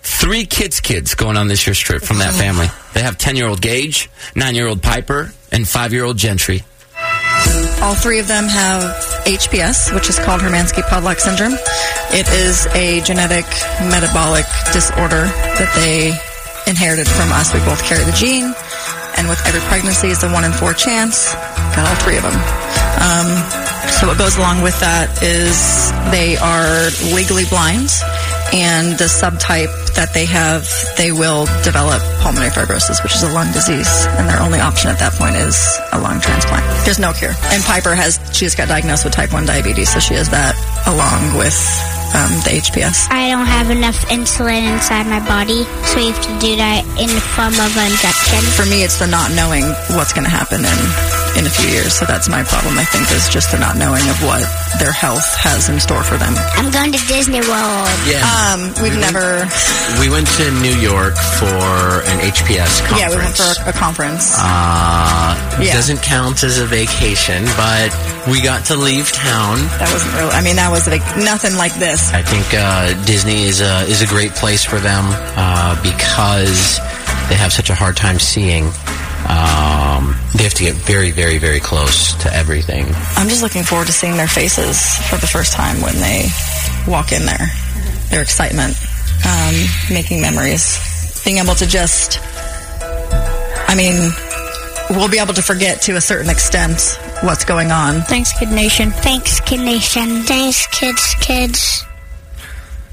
[SPEAKER 4] Three kids' kids going on this year's trip from that family. They have 10 year old Gage, 9 year old Piper, and 5 year old Gentry.
[SPEAKER 13] All three of them have HPS, which is called Hermansky Podlock syndrome. It is a genetic metabolic disorder that they inherited from us. We both carry the gene, and with every pregnancy, it's a one in four chance. Got all three of them. Um, so what goes along with that is they are legally blind, and the subtype that they have, they will develop pulmonary fibrosis, which is a lung disease, and their only option at that point is a lung transplant. There's no cure. And Piper has, she just got diagnosed with type 1 diabetes, so she has that along with um, the HPS.
[SPEAKER 10] I don't have enough insulin inside my body, so we have to do that in the form of an injection.
[SPEAKER 13] For me, it's the not knowing what's going to happen in, in a few years, so that's my problem, I think, is just the not knowing of what their health has in store for them.
[SPEAKER 10] I'm going to Disney World.
[SPEAKER 13] Yeah. Um, we've never,
[SPEAKER 15] We went to New York for an HPS conference.
[SPEAKER 13] yeah, we went for a, a conference.
[SPEAKER 15] Uh,
[SPEAKER 13] Yeah.
[SPEAKER 15] Doesn't count as a vacation, but we got to leave town.
[SPEAKER 13] That wasn't really, I mean, that was like nothing like this.
[SPEAKER 15] I think uh, Disney is a is a great place for them uh, because they have such a hard time seeing. Um, they have to get very, very, very close to everything.
[SPEAKER 13] I'm just looking forward to seeing their faces for the first time when they walk in there. Their excitement, um, making memories, being able to just, I mean, we'll be able to forget to a certain extent what's going on.
[SPEAKER 10] Thanks, Kid Nation. Thanks, Kid Nation. Thanks, kids, kids.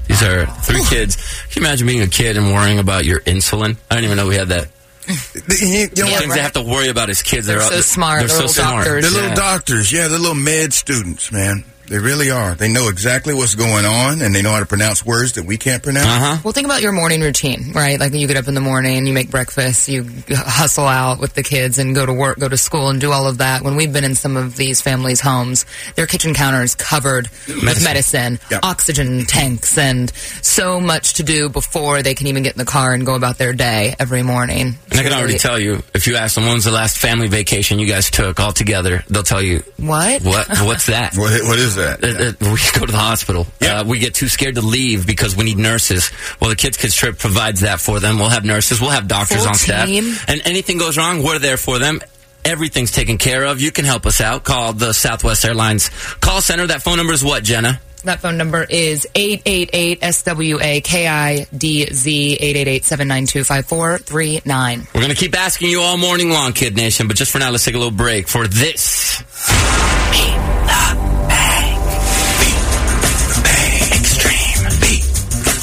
[SPEAKER 4] These are three kids. Can you imagine being a kid and worrying about your insulin? I didn't even know we had that.
[SPEAKER 7] You know
[SPEAKER 4] things
[SPEAKER 7] what?
[SPEAKER 4] they have to worry about is kids.
[SPEAKER 7] They're
[SPEAKER 4] out-
[SPEAKER 7] so
[SPEAKER 5] smart.
[SPEAKER 4] They're, so smart.
[SPEAKER 7] They're little doctors. Yeah, they're little med students, man. They really are. They know exactly what's going on, and they know how to pronounce words that we can't pronounce. Uh-huh.
[SPEAKER 5] Well, think about your morning routine, right? Like you get up in the morning, you make breakfast, you hustle out with the kids and go to work, go to school and do all of that. When we've been in some of these families' homes, their kitchen counter is covered with
[SPEAKER 16] Medicine.
[SPEAKER 5] medicine, oxygen tanks, and so much to do before they can even get in the car and go about their day every morning.
[SPEAKER 4] And I can already tell you, if you ask them when's the last family vacation you guys took all together, they'll tell you
[SPEAKER 5] What?
[SPEAKER 4] What? What's that?
[SPEAKER 7] what, what is that?
[SPEAKER 4] we go to the hospital. Uh, we get too scared to leave because we need nurses. Well, the Kids Kids Trip provides that for them. We'll have nurses. We'll have doctors
[SPEAKER 5] Full
[SPEAKER 4] on staff.
[SPEAKER 5] team.
[SPEAKER 4] And anything goes wrong, we're there for them. Everything's taken care of. You can help us out. Call the Southwest Airlines call center. That phone number is what, Jenna?
[SPEAKER 5] That phone number is 888 SWAKIDZ 888 792 5439.
[SPEAKER 4] We're going to keep asking you all morning long, Kid Nation, but just for now, let's take a little break for this.
[SPEAKER 16] Ah,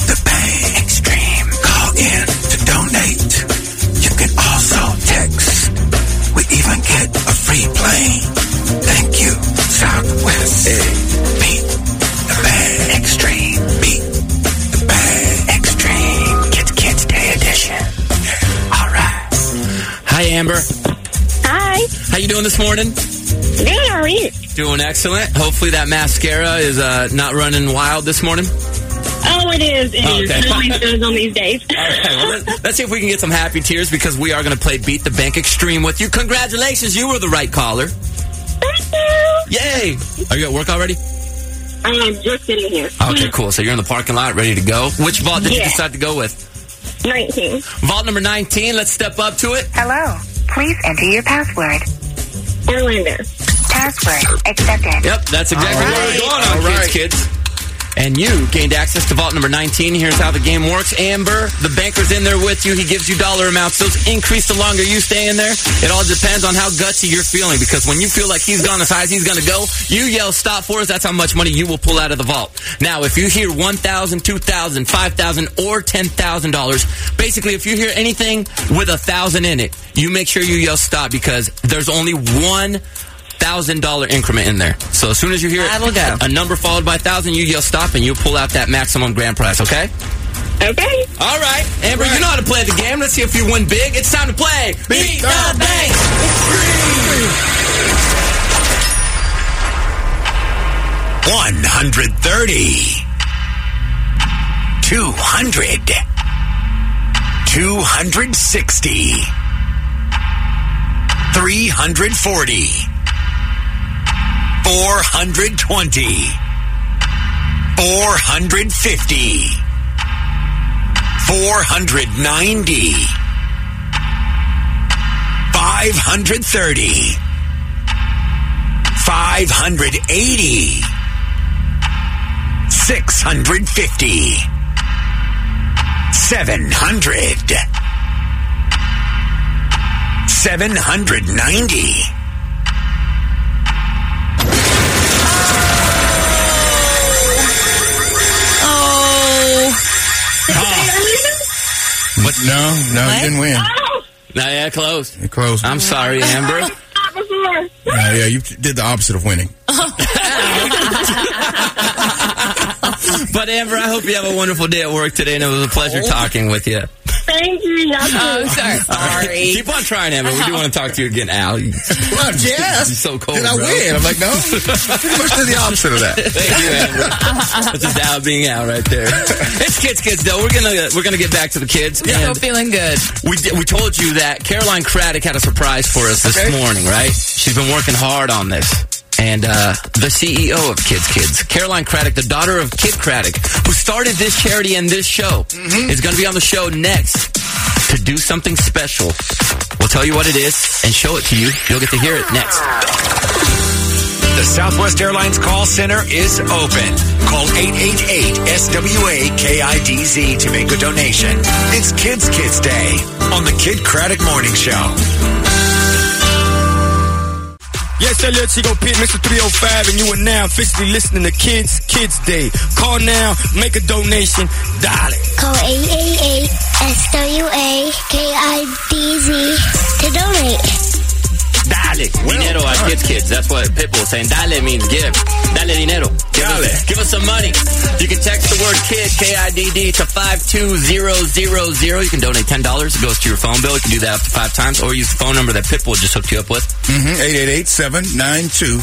[SPEAKER 16] Extreme. Call in to donate. You can also text. We even get a free plane. Thank you, Southwest. Beat the bag. Extreme. Beat the bag. Extreme. Kids Kids Day Edition. All right.
[SPEAKER 4] Hi, Amber.
[SPEAKER 16] Hi.
[SPEAKER 4] How you doing this morning?
[SPEAKER 16] Good, how are you?
[SPEAKER 4] Doing excellent. Hopefully that mascara is uh, not running wild this morning.
[SPEAKER 16] Oh, it is. It is.
[SPEAKER 4] Okay.
[SPEAKER 16] It always goes on these days.
[SPEAKER 4] Okay, well, let's, let's see if we can get some happy tears because we are going to play Beat the Bank Extreme with you. Congratulations, you were the right caller. Yay! Are you at work already?
[SPEAKER 16] I am just sitting here.
[SPEAKER 4] Okay, cool. So you're in the parking lot, ready to go. Which vault did you
[SPEAKER 16] Yeah.
[SPEAKER 4] decide to go with?
[SPEAKER 16] 19.
[SPEAKER 4] Vault number 19. Let's step up to it.
[SPEAKER 17] Hello. Please enter your password.
[SPEAKER 16] Orlando.
[SPEAKER 17] Password accepted.
[SPEAKER 4] Yep, that's exactly
[SPEAKER 17] All
[SPEAKER 4] what
[SPEAKER 17] right.
[SPEAKER 4] we're going on, kids, kids. And you gained access to vault number 19. Here's how the game works. Amber, the banker's in there with you. He gives you dollar amounts. Those increase the longer you stay in there. It all depends on how gutsy you're feeling because when you feel like he's gone as high as he's going to go, you yell stop for us. That's how much money you will pull out of the vault. Now, if you hear 1000 2000 5000 or $10,000, basically, if you hear anything with a 1000 in it, you make sure you yell stop because there's only one thousand dollar increment in there. So as soon as you hear it, a number followed by thousand, you yell stop and you pull out that maximum grand prize. Okay.
[SPEAKER 16] Okay.
[SPEAKER 4] All right, Amber, you know how to play the game. Let's see if you win big. It's time to play. Beat the bank.
[SPEAKER 2] One hundred thirty. Two hundred. Two hundred sixty. Three hundred forty. Four hundred twenty. Four hundred fifty. Four hundred ninety. Five hundred thirty. Five hundred eighty. 650 700 790
[SPEAKER 16] Oh.
[SPEAKER 4] Ah.
[SPEAKER 7] But no, no, you didn't win.
[SPEAKER 17] Oh.
[SPEAKER 4] No, yeah, closed.
[SPEAKER 7] It closed.
[SPEAKER 4] I'm sorry, Amber.
[SPEAKER 7] yeah, yeah, you did the opposite of winning.
[SPEAKER 4] but Amber, I hope you have a wonderful day at work today, and it was a pleasure talking with you.
[SPEAKER 16] Thank you. Y'all
[SPEAKER 5] Oh, sorry. Sorry.
[SPEAKER 4] Keep on trying, Amber. We do want to talk to you again, Al. You-
[SPEAKER 7] Well,
[SPEAKER 4] You're so cold.
[SPEAKER 7] Did I
[SPEAKER 4] bro.
[SPEAKER 7] win? I'm like, no. Pretty much did the opposite of that.
[SPEAKER 4] Thank you, Amber. That's just Al being Al right there. It's kids, kids. Though we're gonna we're gonna get back to the kids.
[SPEAKER 5] We're still
[SPEAKER 4] and-
[SPEAKER 5] feeling good.
[SPEAKER 4] We, di- we told you that Caroline Craddock had a surprise for us this morning, right? She's been working hard on this. And uh, the CEO of Kids Kids, Caroline Craddock, the daughter of Kid Craddock, who started this charity and this show, is going to be on the show next to do something special. We'll tell you what it is and show it to you. You'll get to hear it next.
[SPEAKER 2] The Southwest Airlines call center is open. Call 888 SWAKIDZ to make a donation. It's Kids Kids Day on the Kid Craddock Morning Show.
[SPEAKER 18] Yes, Elliot Chico Pitt, Mr. 305, and you are now officially listening to Kids Kids Day. Call now, make a donation, dial it.
[SPEAKER 17] Call 888-SWA-KIDZ to donate.
[SPEAKER 4] Dale dinero at Kids Kids. That's what Pitbull is saying. Dale means give. Dale dinero. Give, Us, give us some money. You can text the word KID, K-I-D-D, to 52000. You can donate $10. It goes to your phone bill. You can do that up to five times or use the phone number that Pitbull just hooked you up with.
[SPEAKER 7] Mm-hmm.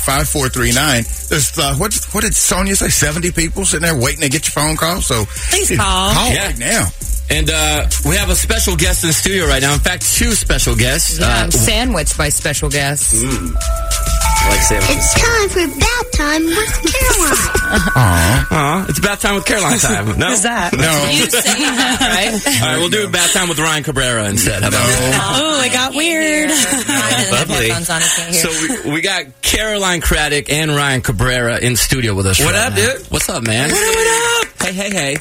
[SPEAKER 7] 888-792-5439. There's, uh, what, what did Sonia say? 70 people sitting there waiting to get your phone call. So
[SPEAKER 6] please call.
[SPEAKER 7] Call right now.
[SPEAKER 4] And uh, we have a special guest in the studio right now. In fact, two special guests.
[SPEAKER 5] Yeah,
[SPEAKER 4] Uh, Hmm.
[SPEAKER 5] I'm sandwiched by special guests.
[SPEAKER 4] I like sandwiches.
[SPEAKER 17] It's time for bath time with Caroline.
[SPEAKER 4] Aw. It's about time with Caroline time. No.
[SPEAKER 17] Who's that?
[SPEAKER 4] No.
[SPEAKER 17] You say that,
[SPEAKER 4] right? All right, we'll do bath time with Ryan Cabrera instead. How about that?
[SPEAKER 6] Oh, it got weird.
[SPEAKER 4] Lovely. So we, we got Caroline Craddock and Ryan Cabrera in studio with us.
[SPEAKER 19] What
[SPEAKER 4] right
[SPEAKER 19] up,
[SPEAKER 4] now.
[SPEAKER 19] dude?
[SPEAKER 4] What's up, man?
[SPEAKER 19] What
[SPEAKER 4] up? Hey, hey, hey.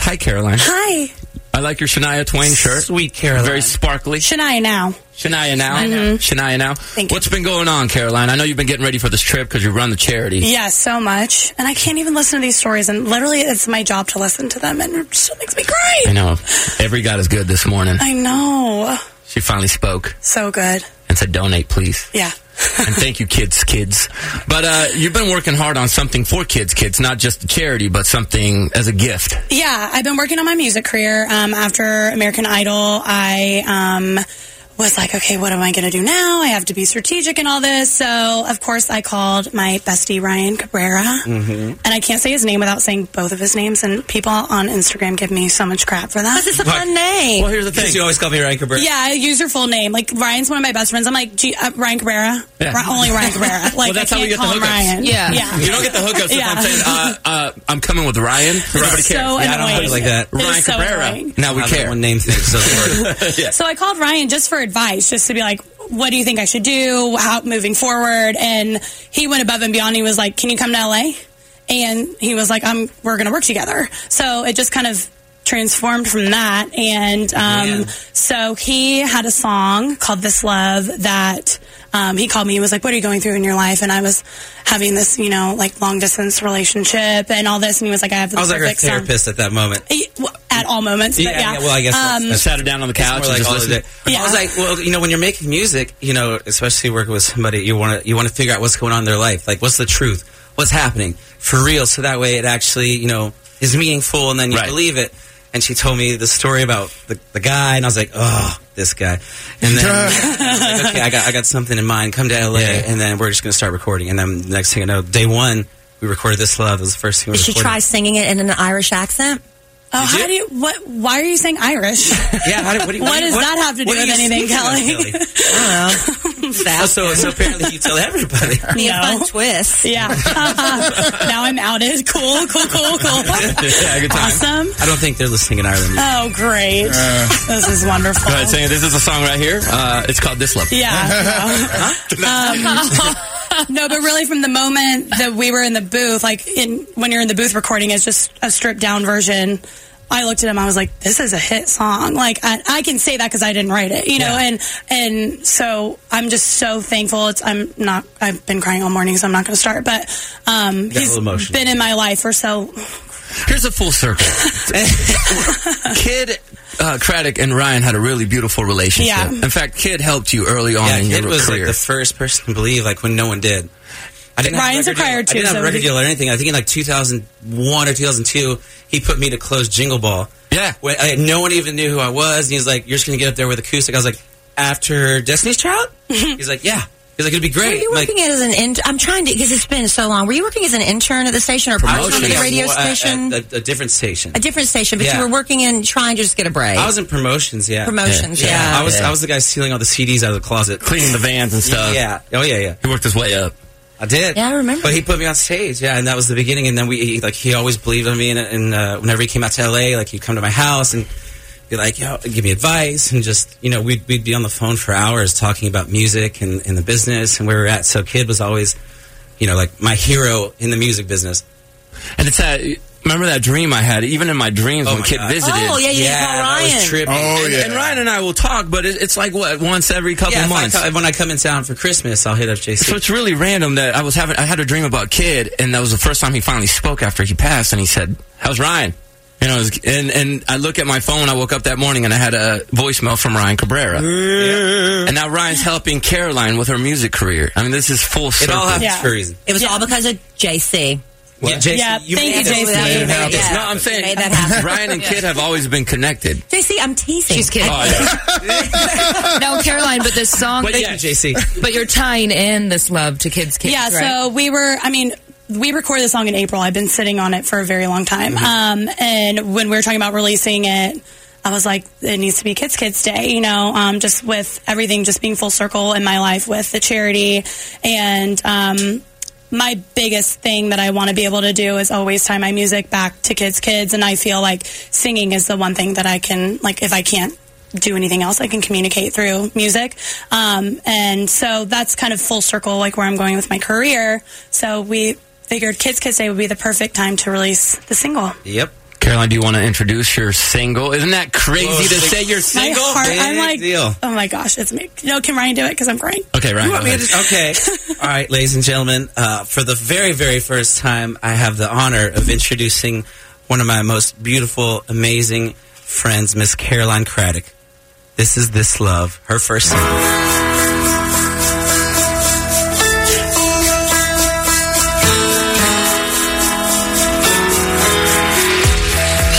[SPEAKER 4] Hi, Caroline.
[SPEAKER 19] Hi.
[SPEAKER 4] I like your Shania Twain shirt. Sweet Caroline. Very sparkly.
[SPEAKER 19] Shania now.
[SPEAKER 4] Shania now.
[SPEAKER 19] Shania. Mhm.
[SPEAKER 4] Shania now. What's been going on, Caroline? I know you've been getting ready for this trip because you run the charity.
[SPEAKER 19] Yes, so much. And I can't even listen to these stories. And literally, it's my job to listen to them. And it just makes me cry.
[SPEAKER 4] I know. Every God is good this morning.
[SPEAKER 19] I know.
[SPEAKER 4] She finally spoke
[SPEAKER 19] So good.
[SPEAKER 4] and said, donate, please.
[SPEAKER 19] Yeah.
[SPEAKER 4] and thank you, kids, kids. But uh, you've been working hard on something for kids, kids, not just a charity, but something as a gift.
[SPEAKER 19] Yeah, I've been working on my music career. Um, after American Idol, I um, was like, okay, what am I going to do now? I have to be strategic and all this. So, of course, I called my bestie, Ryan Cabrera.
[SPEAKER 17] Mm-hmm.
[SPEAKER 19] And I can't say his name without saying both of his names. And people on Instagram give me so much crap for that. Because
[SPEAKER 6] it's a fun name.
[SPEAKER 4] Well, here's the
[SPEAKER 20] Because you always call me Ryan Cabrera.
[SPEAKER 19] Yeah, I use your full name. Like Ryan's one of my best friends. I'm like G- uh, Ryan Cabrera.
[SPEAKER 4] Yeah.
[SPEAKER 19] Ra- only Ryan Cabrera. Like
[SPEAKER 4] well, that's
[SPEAKER 19] I
[SPEAKER 4] how we
[SPEAKER 19] can't
[SPEAKER 4] get the
[SPEAKER 19] call him
[SPEAKER 4] hookups.
[SPEAKER 19] Ryan. Yeah, yeah.
[SPEAKER 4] You don't get the hookups if I'm
[SPEAKER 19] Yeah.
[SPEAKER 4] saying, uh, uh, I'm coming with Ryan. Nobody
[SPEAKER 19] so
[SPEAKER 4] cares.
[SPEAKER 19] Yeah, I don't annoying. like that. It
[SPEAKER 4] Ryan
[SPEAKER 19] is so
[SPEAKER 4] Cabrera.
[SPEAKER 19] annoying.
[SPEAKER 4] Now we
[SPEAKER 20] Now that
[SPEAKER 4] care.
[SPEAKER 20] one name thing doesn't work.
[SPEAKER 19] So I called Ryan just for advice, just to be like, what do you think I should do? How moving forward? And he went above and beyond. He was like, can you come to LA? And he was like, I'm, we're going to work together. So it just kind of transformed from that. And, um, so he had a song called This Love that, um, he called me and was like, what are you going through in your life? And I was having this, you know, like long distance relationship and all this. And he was like, I have the
[SPEAKER 20] I was like a
[SPEAKER 19] perfect song.
[SPEAKER 20] therapist at that moment.
[SPEAKER 19] At all moments.
[SPEAKER 20] Yeah,
[SPEAKER 19] but yeah.
[SPEAKER 20] yeah, well, I guess that's-
[SPEAKER 19] Um,
[SPEAKER 20] that's-
[SPEAKER 4] Sat her down on the couch
[SPEAKER 20] It's
[SPEAKER 4] and
[SPEAKER 20] more like
[SPEAKER 4] just
[SPEAKER 20] all of
[SPEAKER 4] listened.
[SPEAKER 20] that. I was like, well, you know, when you're making music, you know, especially working with somebody, you want to you want to figure out what's going on in their life, like what's the truth, what's happening for real, so that way it actually, you know, is meaningful, and then you believe it. And she told me the story about the, the guy, and I was like, oh, this guy. And then I was like, okay, I got I got something in mind. Come to LA, and then we're just going to start recording. And then next thing I know, day one, we recorded this love. It was the first thing we
[SPEAKER 6] Did she
[SPEAKER 20] recorded.
[SPEAKER 6] try singing it in an Irish accent?
[SPEAKER 19] Oh, how do you? What? Why are you saying Irish?
[SPEAKER 20] Yeah, how do- what, do you-
[SPEAKER 19] What
[SPEAKER 20] do you-
[SPEAKER 19] does that have to do
[SPEAKER 20] what are
[SPEAKER 19] with
[SPEAKER 20] you
[SPEAKER 19] anything,
[SPEAKER 20] speaking about,
[SPEAKER 19] Kelly?
[SPEAKER 20] Oh, so, so apparently you tell everybody.
[SPEAKER 6] Be a fun twist.
[SPEAKER 19] Yeah. now I'm outed. Cool, cool, cool, cool.
[SPEAKER 20] yeah, good time.
[SPEAKER 19] Awesome.
[SPEAKER 20] I don't think they're listening in Ireland.
[SPEAKER 19] Oh, great.
[SPEAKER 4] Uh.
[SPEAKER 19] this is wonderful.
[SPEAKER 4] All right, saying this is a song right here. Uh, it's called This Love.
[SPEAKER 19] Yeah. Um, no, but really, from the moment that we were in the booth, like in when you're in the booth recording, it's just a stripped down version. I looked at him. I was like, "This is a hit song. Like, I, I can say that because I didn't write it, you know." And and so I'm just so thankful. It's I'm not. I've been crying all morning, so I'm not going to start. But um,
[SPEAKER 4] Got a
[SPEAKER 19] he's
[SPEAKER 4] little emotional.
[SPEAKER 19] been in my life for so
[SPEAKER 4] Here's a full circle. Kid uh, Craddock and Ryan had a really beautiful relationship.
[SPEAKER 19] Yeah.
[SPEAKER 4] In fact, Kid helped you early on
[SPEAKER 20] yeah,
[SPEAKER 4] in
[SPEAKER 20] Kid
[SPEAKER 4] your
[SPEAKER 20] was like
[SPEAKER 4] career.
[SPEAKER 20] the first person to believe, like when no one did. I didn't
[SPEAKER 19] Ryan's a
[SPEAKER 20] have a record
[SPEAKER 19] crier,
[SPEAKER 20] deal.
[SPEAKER 19] too,
[SPEAKER 20] I didn't have
[SPEAKER 19] so
[SPEAKER 20] a record
[SPEAKER 19] he-
[SPEAKER 20] deal or anything. I think in like 2001 or 2002, he put me to close Jingle Ball.
[SPEAKER 4] Yeah,
[SPEAKER 20] when, I, no one even knew who I was, and he's like, "You're just gonna get up there with acoustic." I was like, "After Destiny's Child?" he's like, "Yeah." He's like, "It'd be
[SPEAKER 6] Were
[SPEAKER 20] great."
[SPEAKER 6] you
[SPEAKER 20] I'm like,
[SPEAKER 6] working as an intern? I'm trying to because it's been so long. Were you working as an intern at the station or
[SPEAKER 20] I
[SPEAKER 6] part
[SPEAKER 20] was
[SPEAKER 6] time at
[SPEAKER 20] working
[SPEAKER 6] the
[SPEAKER 20] at
[SPEAKER 6] radio
[SPEAKER 20] wa-
[SPEAKER 4] uh,
[SPEAKER 20] at-
[SPEAKER 6] station?
[SPEAKER 20] at a different station.
[SPEAKER 6] a different station, but
[SPEAKER 20] Yeah.
[SPEAKER 6] you were working in trying to just get a break.
[SPEAKER 20] I was in promotions, yeah.
[SPEAKER 6] Promotions, yeah.
[SPEAKER 20] I was
[SPEAKER 6] Yeah.
[SPEAKER 20] I was the guy stealing all the CDs out of the closet,
[SPEAKER 4] cleaning the vans and stuff.
[SPEAKER 20] Yeah. Oh yeah, yeah.
[SPEAKER 4] He worked his way up.
[SPEAKER 20] I did.
[SPEAKER 6] Yeah, I remember.
[SPEAKER 20] But he put me on stage, yeah, and that was the beginning. And then we he, like he always believed in me, and, and uh, whenever he came out to LA, like he'd come to my house and be like, "Yo, give me advice," and just you know we'd we'd be on the phone for hours talking about music and, and the business and where we we're at. So Kid was always, you know, like my hero in the music business.
[SPEAKER 4] And it's uh, Remember that dream I had? Even in my dreams, when
[SPEAKER 20] my
[SPEAKER 4] Kid
[SPEAKER 20] God.
[SPEAKER 4] visited.
[SPEAKER 20] Oh, yeah, you Yeah, call that was Ryan. trippy. Oh,
[SPEAKER 4] and,
[SPEAKER 20] yeah.
[SPEAKER 4] and Ryan and I will talk, but it, it's like what once every couple
[SPEAKER 20] yeah, if I
[SPEAKER 4] months.
[SPEAKER 20] co- when I come in town for Christmas, I'll hit up JC.
[SPEAKER 4] So it's really random that I was having. I had a dream about Kid, and that was the first time he finally spoke after he passed, and he said, "How's Ryan?" You know, it was- and and I look at my phone. I woke up that morning and I had a voicemail from Ryan Cabrera, and now Ryan's helping Caroline with her music career. I mean, this is full circle.
[SPEAKER 6] It was all because of JC.
[SPEAKER 4] What? JC,
[SPEAKER 6] yeah,
[SPEAKER 4] you
[SPEAKER 6] thank you,
[SPEAKER 4] made it.
[SPEAKER 6] JC.
[SPEAKER 4] You made it.
[SPEAKER 6] Yeah.
[SPEAKER 4] No, I'm saying-
[SPEAKER 6] You made that happen.
[SPEAKER 4] Ryan and Kid have always been connected.
[SPEAKER 6] JC, I'm teasing. She's kidding.
[SPEAKER 4] Oh, yeah.
[SPEAKER 5] no, Caroline, but this song.
[SPEAKER 4] But yeah, JC.
[SPEAKER 5] But you're tying in this love to kids' kids.
[SPEAKER 19] Yeah,
[SPEAKER 5] right?
[SPEAKER 19] so we were, I mean, we recorded the song in April. I've been sitting on it for a very long time.
[SPEAKER 5] Mm-hmm.
[SPEAKER 19] Um, and when we were talking about releasing it, I was like, it needs to be Kids Kids Day, you know, um, just with everything just being full circle in my life with the charity. And um, my biggest thing that I want to be able to do is always tie my music back to kids' kids. And I feel like singing is the one thing that I can, like, if I can't do anything else. I can communicate through music. Um, and so that's kind of full circle, like where I'm going with my career. So we figured Kids Kids Day would be the perfect time to release the single.
[SPEAKER 20] Yep.
[SPEAKER 4] Caroline, do you want to introduce your single? Isn't that crazy
[SPEAKER 20] Whoa,
[SPEAKER 4] to
[SPEAKER 20] like-
[SPEAKER 4] say you're single?
[SPEAKER 19] My heart, I'm like,
[SPEAKER 20] deal.
[SPEAKER 19] oh my gosh, it's me. No, can Ryan do it? Because I'm crying.
[SPEAKER 4] Okay, Ryan.
[SPEAKER 20] You want
[SPEAKER 4] go
[SPEAKER 20] me
[SPEAKER 4] ahead.
[SPEAKER 20] to just- okay. All right, ladies and gentlemen, uh, for the very, very first time, I have the honor of introducing one of my most beautiful, amazing friends, Miss Caroline Craddock. This is This Love, her first song.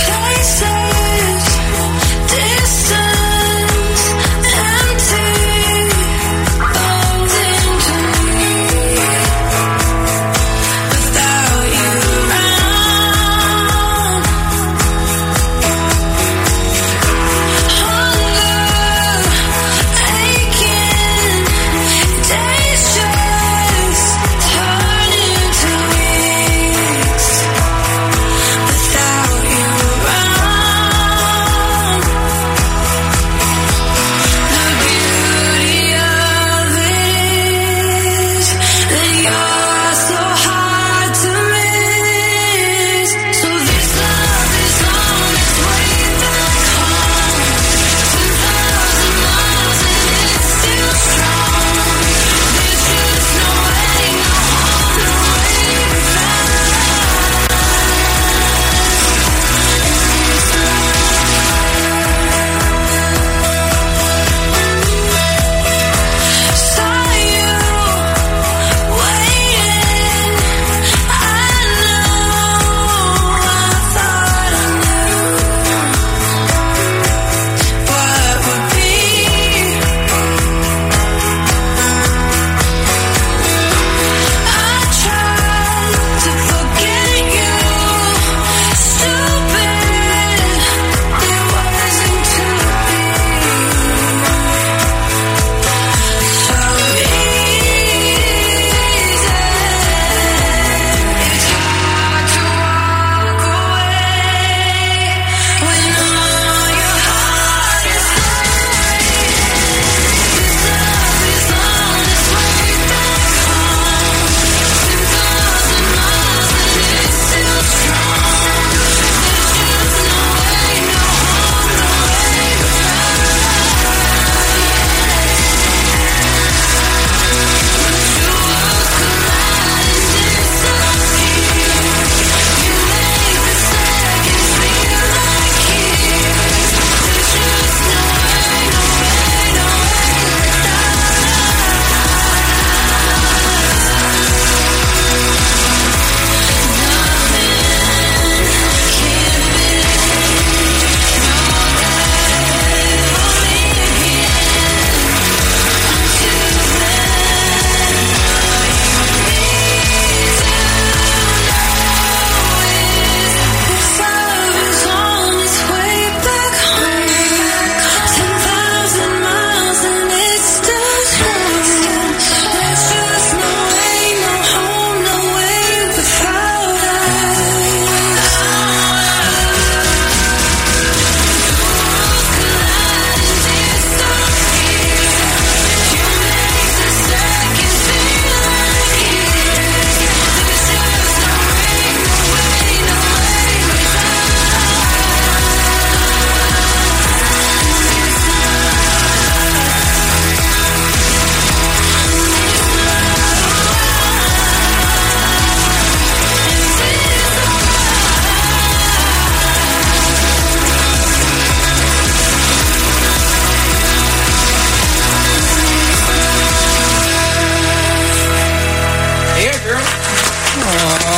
[SPEAKER 17] Places, distance, empty, bombed into me. Without you around, hunger, aching.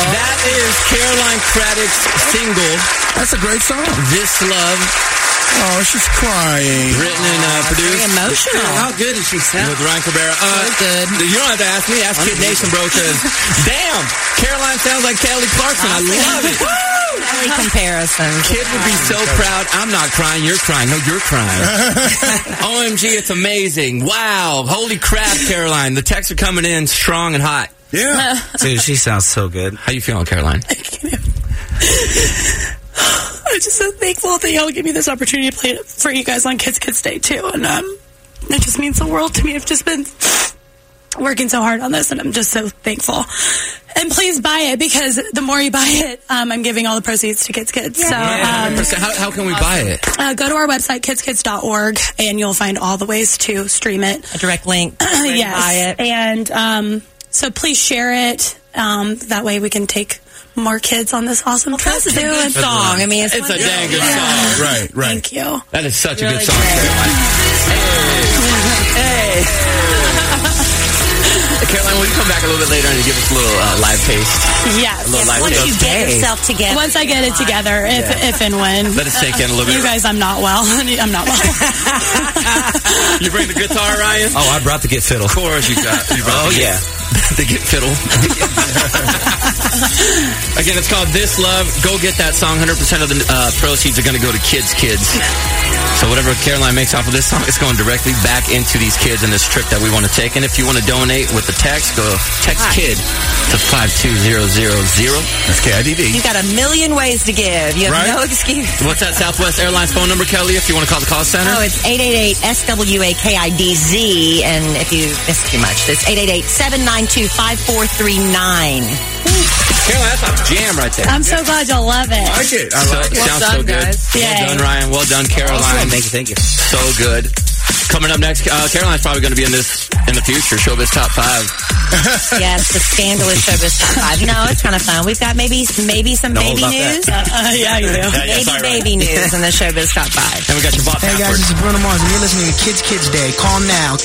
[SPEAKER 4] Caroline Craddock's single.
[SPEAKER 7] That's a great song.
[SPEAKER 4] This love.
[SPEAKER 7] Oh, she's crying.
[SPEAKER 4] Written and uh, produced.
[SPEAKER 6] emotional.
[SPEAKER 4] How good is she sound? With Ryan Cabrera. Uh, good. You don't have to ask me. Ask Kid Nation, bro. Because damn, Caroline sounds like Kelly Clarkson. I love it.
[SPEAKER 6] Kelly comparisons.
[SPEAKER 4] Kid would be so proud. I'm not crying. You're crying. No, you're crying. OMG, it's amazing. Wow. Holy crap, Caroline. The texts are coming in strong and hot.
[SPEAKER 7] Yeah.
[SPEAKER 20] Dude, she sounds so good.
[SPEAKER 4] How you feeling, Caroline?
[SPEAKER 19] I'm just so thankful that y'all give me this opportunity to play it for you guys on Kids Kids Day too, and um, it just means the world to me. I've just been working so hard on this, and I'm just so thankful. And please buy it because the more you buy it, um, I'm giving all the proceeds to Kids Kids. So
[SPEAKER 4] Yeah,
[SPEAKER 19] um,
[SPEAKER 4] 100%. how, how can we buy it?
[SPEAKER 19] uh, go to our website, kidskids.org, and you'll find all the ways to stream it.
[SPEAKER 6] A direct link.
[SPEAKER 19] yes. And um, so please share it. Um, that way we can take more kids on this awesome trip.
[SPEAKER 6] That's a good song. I mean, it's,
[SPEAKER 4] It's a dang good song.
[SPEAKER 7] Right, right.
[SPEAKER 19] Thank you.
[SPEAKER 4] That is such a good song, Caroline. Hey. Caroline, will you come back a little bit later and give us a little uh, live taste? A
[SPEAKER 19] Yes.
[SPEAKER 4] little live
[SPEAKER 6] Once you
[SPEAKER 4] taste.
[SPEAKER 6] get yourself together.
[SPEAKER 19] Once I get it together, if,
[SPEAKER 4] Yeah.
[SPEAKER 19] if and when.
[SPEAKER 4] Let us sink in a little bit.
[SPEAKER 19] You guys, I'm not well. I'm not well.
[SPEAKER 4] You bring the guitar, Ryan?
[SPEAKER 20] Oh, I brought the get fiddle.
[SPEAKER 4] Of course you got. You
[SPEAKER 20] Oh,
[SPEAKER 4] brought the
[SPEAKER 20] yeah.
[SPEAKER 4] Get, the get fiddle. Again, it's called This Love. Go get that song. 100% of the uh, proceeds are going to go to kids' kids. So whatever Caroline makes off of this song, it's going directly back into these kids and this trip that we want to take. And if you want to donate with the text, go text KID to 52000.
[SPEAKER 7] That's KIDD.
[SPEAKER 6] You got a million ways to give. You have
[SPEAKER 4] Right?
[SPEAKER 6] no excuse.
[SPEAKER 4] What's that Southwest Airlines phone number, Kelly, if you want to call the call center?
[SPEAKER 6] Oh, it's 888-SWAKIDZ, and if you miss too much, it's 888-792-5439.
[SPEAKER 4] Caroline, that's a jam right there.
[SPEAKER 19] I'm so glad y'all love it.
[SPEAKER 7] like it. I
[SPEAKER 4] So,
[SPEAKER 7] like it.
[SPEAKER 4] sounds so good. Well done, Ryan. Well done, Caroline.
[SPEAKER 20] Thank you, thank you.
[SPEAKER 4] So good. Coming up next, uh, Caroline's probably going to be in this in the future. Showbiz top five.
[SPEAKER 6] yes, the scandalous showbiz top five. No, it's kind of fun. We've got maybe maybe some
[SPEAKER 4] No,
[SPEAKER 6] baby
[SPEAKER 4] about that.
[SPEAKER 6] news.
[SPEAKER 19] Uh, yeah, you do.
[SPEAKER 4] Yeah, yeah,
[SPEAKER 6] Baby,
[SPEAKER 4] sorry,
[SPEAKER 6] baby news in the showbiz top five.
[SPEAKER 4] And we got your bot
[SPEAKER 21] Hey guys,
[SPEAKER 4] password.
[SPEAKER 21] this is Bruno Mars, and you're listening to Kids Kids Day. Call now.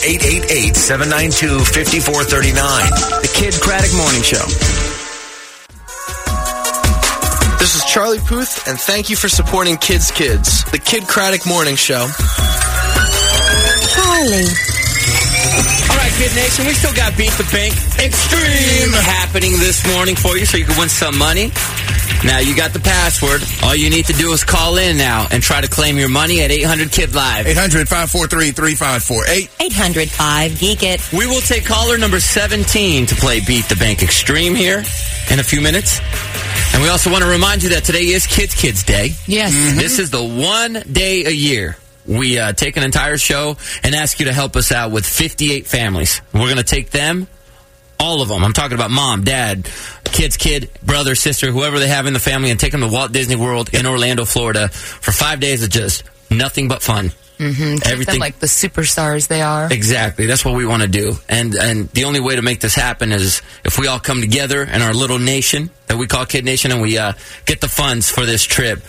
[SPEAKER 2] 888-792-5439.
[SPEAKER 22] The Kid Craddock Morning Show. This is Charlie Puth, and thank you for supporting Kids Kids, the Kid Craddock Morning Show.
[SPEAKER 6] Charlie.
[SPEAKER 4] All right, Kid Nation, we still got Beat the Bank Extreme happening this morning for you, so you can win some money. Now you got the password. All you need to do is call in now and try to claim your money at 800 Kid Live.
[SPEAKER 7] 800 543 3548.
[SPEAKER 6] 805 Geek It.
[SPEAKER 4] We will take caller number 17 to play Beat the Bank Extreme here in a few minutes. And we also want to remind you that today is Kids Kids Day.
[SPEAKER 5] Yes.
[SPEAKER 4] This is the one day a year we uh, take an entire show and ask you to help us out with 58 families. We're going to take them, all of them. I'm talking about mom, dad, kids, kid, brother, sister, whoever they have in the family, and take them to Walt Disney World in Orlando, Florida for five days of just nothing but fun.
[SPEAKER 5] Mm-hmm.
[SPEAKER 4] Everything-
[SPEAKER 5] like the superstars they are.
[SPEAKER 4] Exactly. That's what we want to do. And and the only way to make this happen is if we all come together in our little nation that we call Kid Nation and we uh, get the funds for this trip.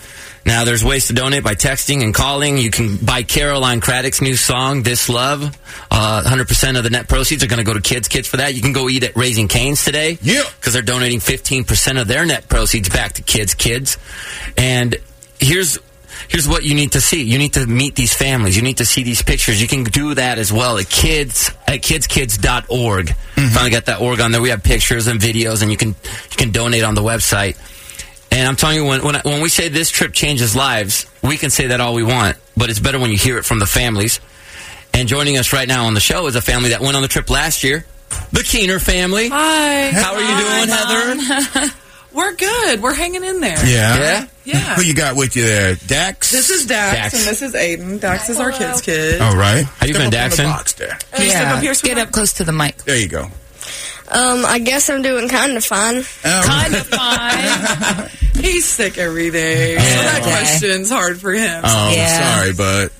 [SPEAKER 4] Now there's ways to donate by texting and calling. You can buy Caroline Craddock's new song "This Love." Uh, 100% of the net proceeds are going to go to Kids Kids for that. You can go eat at Raising Canes today.
[SPEAKER 7] Yeah.
[SPEAKER 4] Because they're donating 15% of their net proceeds back to Kids Kids. And here's here's what you need to see. You need to meet these families. You need to see these pictures. You can do that as well at kids at kidskids.org. Finally got that org on there. We have pictures and videos and you can you can donate on the website. And I'm telling you when when, I, when we say this trip changes lives, we can say that all we want, but it's better when you hear it from the families. And joining us right now on the show is a family that went on the trip last year, the Keener family.
[SPEAKER 23] Hi.
[SPEAKER 4] How are you doing, Heather?
[SPEAKER 23] Heather? We're good. We're hanging in there.
[SPEAKER 7] Yeah.
[SPEAKER 23] Yeah.
[SPEAKER 7] Who you got with you there? Dax?
[SPEAKER 23] This is Dax,
[SPEAKER 7] Dax.
[SPEAKER 23] and this is Aiden. Dax is our kid's kid.
[SPEAKER 7] All Oh, right.
[SPEAKER 4] How you been,
[SPEAKER 7] Step up on the
[SPEAKER 4] Daxon?
[SPEAKER 7] box there.
[SPEAKER 23] step up
[SPEAKER 5] Yeah. Get up close to the mic.
[SPEAKER 7] There you go.
[SPEAKER 23] Um, I guess I'm doing kind of fine.
[SPEAKER 7] Kind
[SPEAKER 23] of fine. He's sick every day, so that question's hard for him.
[SPEAKER 7] Oh, sorry, but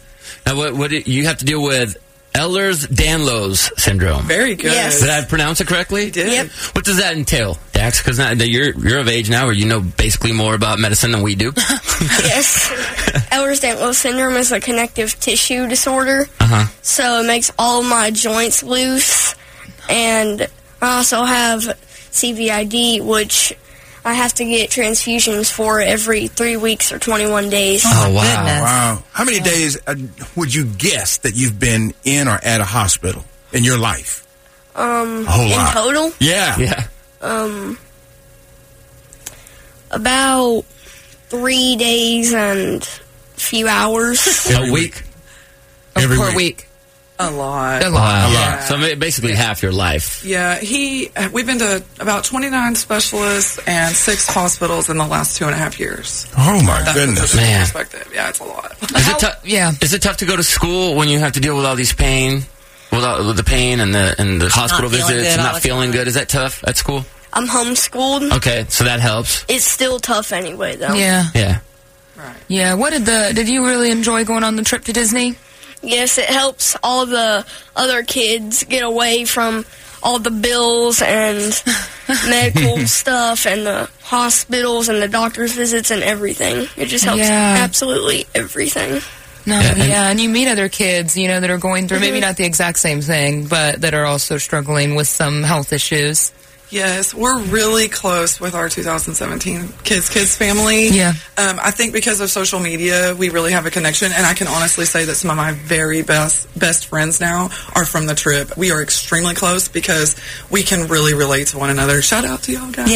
[SPEAKER 4] Now, what, what did- you have to deal with Ehlers Danlos syndrome?
[SPEAKER 23] Very good. Yes.
[SPEAKER 4] Did I pronounce it correctly?
[SPEAKER 23] did. Yep.
[SPEAKER 4] What does that entail, Dax? Because you're you're of age now, where you know basically more about medicine than we do.
[SPEAKER 23] yes.
[SPEAKER 24] Ehlers-Danlos syndrome is a connective tissue disorder,
[SPEAKER 4] Uh huh.
[SPEAKER 24] so it makes all my joints loose. And I also have CVID, which I have to get transfusions for every three weeks or 21 days.
[SPEAKER 7] Oh,
[SPEAKER 23] Oh,
[SPEAKER 7] Wow. How many days uh, would you guess that you've been in or at a hospital in your life?
[SPEAKER 24] Um,
[SPEAKER 7] A whole
[SPEAKER 24] in
[SPEAKER 7] lot.
[SPEAKER 24] total,
[SPEAKER 7] Yeah.
[SPEAKER 4] Yeah.
[SPEAKER 24] um, about three days and a few hours.
[SPEAKER 4] a week. Every
[SPEAKER 24] per
[SPEAKER 5] week.
[SPEAKER 23] A lot.
[SPEAKER 4] Wow.
[SPEAKER 23] Yeah.
[SPEAKER 4] So ma- basically half your life.
[SPEAKER 23] Yeah, he. We've been to about 29 specialists and six hospitals in the last two and a half years.
[SPEAKER 7] Oh my
[SPEAKER 23] That puts
[SPEAKER 4] goodness.
[SPEAKER 23] it in
[SPEAKER 4] Man.
[SPEAKER 23] Perspective. Yeah, it's a lot.
[SPEAKER 4] Is it tough?
[SPEAKER 5] Yeah.
[SPEAKER 4] Is it tough to go to school when you have to deal with all these pain, with, all, with the pain and the and the hospital
[SPEAKER 24] feeling
[SPEAKER 4] visits,
[SPEAKER 24] good
[SPEAKER 4] and
[SPEAKER 24] all
[SPEAKER 4] not
[SPEAKER 24] the
[SPEAKER 4] feeling good? Is that tough at school?
[SPEAKER 24] I'm homeschooled.
[SPEAKER 4] Okay, so that helps.
[SPEAKER 24] It's still tough anyway, though.
[SPEAKER 5] Yeah.
[SPEAKER 4] Yeah.
[SPEAKER 5] Yeah. What did the? Did you really enjoy going on the trip to Disney?
[SPEAKER 24] Yes, it helps all the other kids get away from all the bills and medical stuff and the hospitals and the doctor's visits and everything. It just helps
[SPEAKER 5] Yeah.
[SPEAKER 24] absolutely everything.
[SPEAKER 5] No, yeah,
[SPEAKER 24] Yeah,
[SPEAKER 5] and,
[SPEAKER 24] and-
[SPEAKER 5] you meet other kids, you know, that are going through maybe
[SPEAKER 24] Mhm.
[SPEAKER 23] Mm-hmm.
[SPEAKER 5] not the exact same thing, but that are also struggling with some health issues.
[SPEAKER 23] Yes, we're really close with our 2017 Kids Kids family. Yeah. Um, I think because of social media, we really have a connection, and I can honestly say that some of my very best best friends now are from the trip. We are extremely close because we can really relate to one another. Shout out to y'all guys.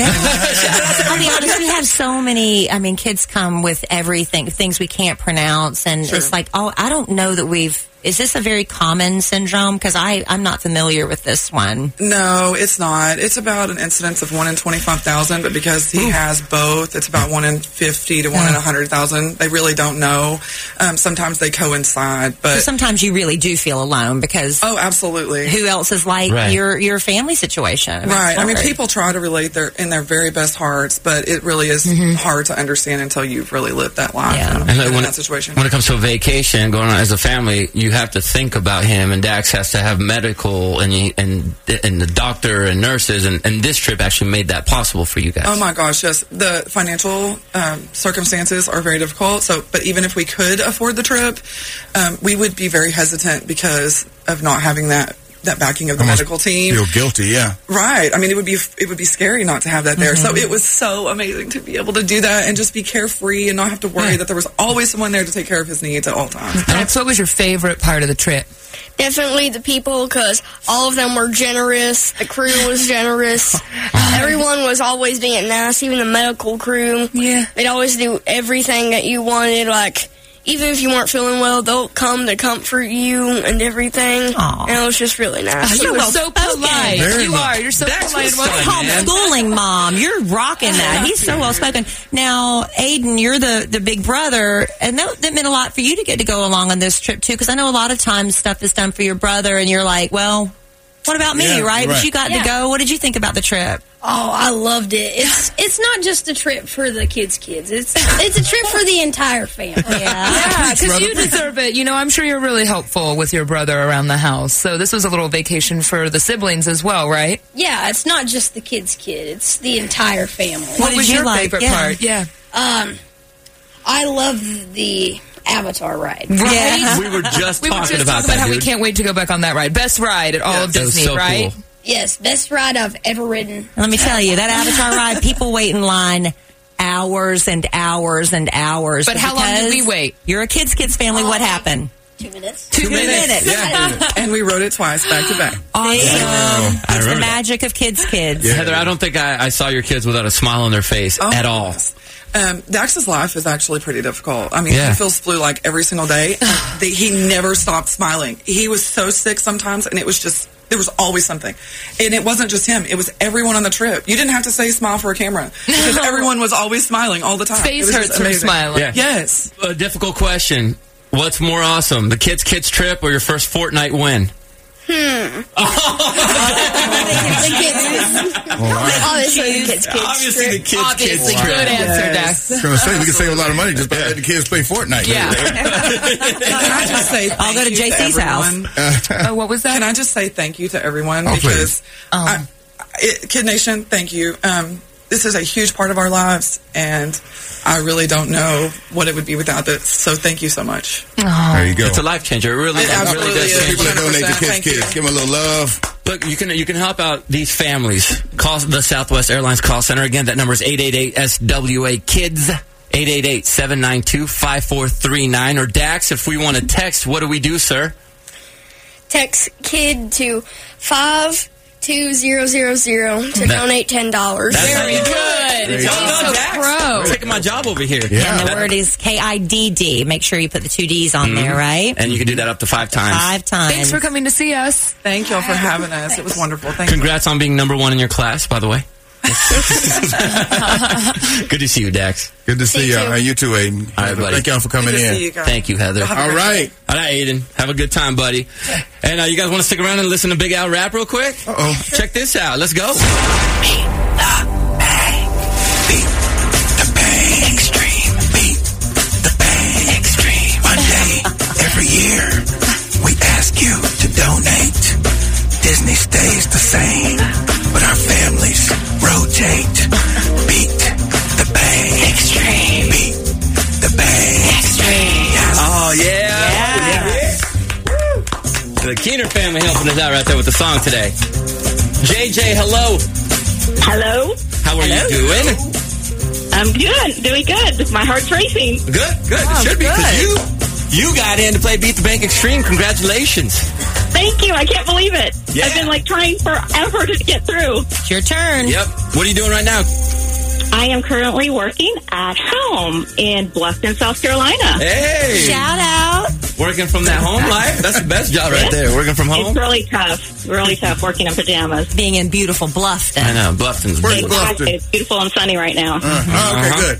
[SPEAKER 6] I'll be honest, we have so many. I mean, kids come with everything, things we can't pronounce, and it's like, oh, I don't know that we've. Is this a very common syndrome? Because I I'm not familiar with this one.
[SPEAKER 23] No, it's not. It's about an incidence of one in twenty-five thousand, but because he has both, it's about one in fifty to one in hundred thousand. They really don't know. Um, sometimes they coincide, but
[SPEAKER 6] so sometimes you really do feel alone because
[SPEAKER 23] oh, absolutely.
[SPEAKER 6] Who else is like
[SPEAKER 23] Right.
[SPEAKER 6] your your family situation? mean,
[SPEAKER 23] Right.
[SPEAKER 6] it's
[SPEAKER 23] I mean,
[SPEAKER 6] hard.
[SPEAKER 23] people try to relate their in their very best hearts, but it really is
[SPEAKER 4] Mm-hmm.
[SPEAKER 23] hard to understand until you've really lived that life and,
[SPEAKER 4] And like
[SPEAKER 23] in
[SPEAKER 4] when,
[SPEAKER 23] that situation.
[SPEAKER 4] when it comes to a vacation, going on as a family, you have to think about him, and Dax has to have medical and he, and and the doctor and nurses, and, and this trip actually made that possible for you guys.
[SPEAKER 23] Oh my gosh, yes. The financial um, circumstances are very difficult. So, but even if we could afford the trip, um, we would be very hesitant because of not having that that backing of the
[SPEAKER 7] Almost
[SPEAKER 23] medical team.
[SPEAKER 7] Feel guilty, yeah.
[SPEAKER 23] Right. I mean, it would be it would be scary not to have that there.
[SPEAKER 4] Mm-hmm.
[SPEAKER 23] So it was so amazing to be able to do that and just be carefree and not have to worry
[SPEAKER 4] Mm.
[SPEAKER 23] that there was always someone there to take care of his needs at all times.
[SPEAKER 5] Dax, what was your favorite part of the trip?
[SPEAKER 24] Definitely the people because all of them were generous. The crew was generous. Everyone was always being nice, even the medical crew.
[SPEAKER 5] Yeah.
[SPEAKER 24] They'd always do everything that you wanted. Like, even if you weren't feeling well, they'll come to comfort you and everything. And it was just really
[SPEAKER 23] Uh,
[SPEAKER 24] nice.
[SPEAKER 5] You were so polite.
[SPEAKER 6] Very
[SPEAKER 5] you
[SPEAKER 6] much.
[SPEAKER 5] are. You're so polite. and
[SPEAKER 6] That's
[SPEAKER 5] welcoming.
[SPEAKER 6] homeschooling mom. You're rocking that. He's so well spoken. Now, Aiden, you're the, the big brother, and that, that meant a lot for you to get to go along on this trip too. Because I know a lot of times stuff is done for your brother, and you're like, well, what about me,
[SPEAKER 1] Yeah,
[SPEAKER 6] right?
[SPEAKER 1] right.
[SPEAKER 6] But you got
[SPEAKER 1] Yeah.
[SPEAKER 6] to go. What did you think about the trip?
[SPEAKER 1] Oh, I loved it. It's it's not just a trip for the kids' kids. It's it's a trip for the entire family.
[SPEAKER 5] Yeah, because you deserve it. You know, I'm sure you're really helpful with your brother around the house. So this was a little vacation for the siblings as well, right?
[SPEAKER 1] Yeah, it's not just the kids' kid. It's the entire family.
[SPEAKER 5] What What was did you your like? favorite Yeah. part? Yeah.
[SPEAKER 1] Um, I love the Avatar ride.
[SPEAKER 4] we were just
[SPEAKER 5] we were
[SPEAKER 4] talking about
[SPEAKER 5] just talking
[SPEAKER 4] that.
[SPEAKER 5] about how we
[SPEAKER 4] dude.
[SPEAKER 5] can't wait to go back on that ride. Best ride at all of
[SPEAKER 4] That was
[SPEAKER 5] Disney,
[SPEAKER 4] so
[SPEAKER 5] right?
[SPEAKER 4] cool.
[SPEAKER 1] Yes, best ride I've ever ridden.
[SPEAKER 6] Let me tell you, that Avatar ride, people wait in line hours and hours and hours.
[SPEAKER 1] But how long did
[SPEAKER 6] because
[SPEAKER 1] we wait? Oh,
[SPEAKER 6] You're a kids' kids family. what happened?
[SPEAKER 1] Two minutes.
[SPEAKER 6] Two minutes.
[SPEAKER 23] Yeah. and we wrote it twice back to back.
[SPEAKER 6] Awesome.
[SPEAKER 4] I
[SPEAKER 6] It's the
[SPEAKER 4] remember that.
[SPEAKER 6] magic of kids' kids.
[SPEAKER 4] Heather, I don't think I, I saw your kids without a smile on their face
[SPEAKER 23] Oh,
[SPEAKER 4] at all.
[SPEAKER 23] Um, Dax's life is actually pretty difficult. I mean,
[SPEAKER 4] Yeah.
[SPEAKER 23] he feels flu like every single day. and the, he never stopped smiling. He was so sick sometimes, and it was just there was always something. And it wasn't just him; it was everyone on the trip. You didn't have to say smile for a camera because everyone was always smiling all the time.
[SPEAKER 5] Face
[SPEAKER 23] It was just
[SPEAKER 5] hurts from
[SPEAKER 23] amazing.
[SPEAKER 5] smiling.
[SPEAKER 4] Yeah.
[SPEAKER 23] Yes.
[SPEAKER 4] A difficult question. What's more awesome, the kids' kids trip or your first Fortnite win?
[SPEAKER 24] Hmm. Obviously, the kids' kids.
[SPEAKER 4] Obviously, the kids'
[SPEAKER 5] Obviously, good answer, Dax.
[SPEAKER 7] I was gonna say we could save a lot of money just by letting the kids play Fortnite.
[SPEAKER 23] I just say
[SPEAKER 6] I'll go to JC's house.
[SPEAKER 5] oh, what was that?
[SPEAKER 23] Can I just say thank you to everyone
[SPEAKER 7] Oh,
[SPEAKER 23] because
[SPEAKER 7] please.
[SPEAKER 6] Um.
[SPEAKER 23] I, it, Kid Nation, thank you. Um, this is a huge part of our lives, and I really don't know what it would be without this. So thank you so much.
[SPEAKER 4] Um, It's a life changer. It really, it
[SPEAKER 23] It
[SPEAKER 4] really
[SPEAKER 23] absolutely
[SPEAKER 4] does.
[SPEAKER 23] is.
[SPEAKER 4] change
[SPEAKER 7] People that donate to kids,
[SPEAKER 23] Thank
[SPEAKER 7] kids, give them a little love.
[SPEAKER 4] Look, you can you can help out these families. Call the Southwest Airlines call center again. That number is 888-SWA kids 888-792-5439 or Dax if we want to text, what do we do, sir?
[SPEAKER 24] Text kid to 52000 to
[SPEAKER 4] That-
[SPEAKER 24] donate $10.
[SPEAKER 4] That's- Very
[SPEAKER 24] good.
[SPEAKER 4] There you go.
[SPEAKER 24] Well done, Dax.
[SPEAKER 4] I'm taking my job over here.
[SPEAKER 6] And the word is K I D D. Make sure you put the two D's on
[SPEAKER 4] Mm-hmm.
[SPEAKER 6] there, right?
[SPEAKER 4] And you can do that up to 5 times.
[SPEAKER 6] Five times.
[SPEAKER 19] Thanks for coming to see us.
[SPEAKER 23] Thank y'all for having us. It was wonderful. Thank you.
[SPEAKER 4] Congrats on being number 1 in your class, by the way. Good to see you, Dax.
[SPEAKER 7] Good to see, y'all. You too, Aiden.
[SPEAKER 4] All right, buddy.
[SPEAKER 7] Thank y'all for coming
[SPEAKER 4] Good to
[SPEAKER 7] in.
[SPEAKER 4] see you guys. Thank you, Heather.
[SPEAKER 7] All right.
[SPEAKER 4] All right, Aiden. Have a good time, buddy. And uh, you guys want to stick around and listen to Big Al rap real quick?
[SPEAKER 7] Uh-oh.
[SPEAKER 4] Check this out. Let's go. Oh,
[SPEAKER 16] Extreme beat the bang. Extreme. One day every year, we ask you to donate. Disney stays the same, but our families rotate. Beat the bang. Extreme. Beat the bang. Extreme.
[SPEAKER 4] Oh, yeah. The Keener family helping us out right there with the song today. JJ, hello.
[SPEAKER 12] Hello.
[SPEAKER 4] How are you doing?
[SPEAKER 12] I'm good. Doing good. My heart's racing.
[SPEAKER 4] Good. Good.
[SPEAKER 12] Wow,
[SPEAKER 4] it should be
[SPEAKER 12] good.
[SPEAKER 4] because you you got in to play Beat the Bank Extreme. Congratulations.
[SPEAKER 12] Thank you. I can't believe it.
[SPEAKER 4] Yeah.
[SPEAKER 12] I've been like trying forever to get through. It's
[SPEAKER 6] your turn.
[SPEAKER 4] Yep. What are you doing right now?
[SPEAKER 12] I am currently working at home in Bluffton, South Carolina.
[SPEAKER 4] Hey. Shout
[SPEAKER 12] out.
[SPEAKER 4] Working from that home life. That's the best job right there. Working from home.
[SPEAKER 12] It's really tough. Really tough working in pajamas.
[SPEAKER 6] Being in beautiful Bluffton.
[SPEAKER 4] I know. Bluffton's
[SPEAKER 12] Exactly. It's Oh, beautiful and sunny right now.
[SPEAKER 4] Uh-huh.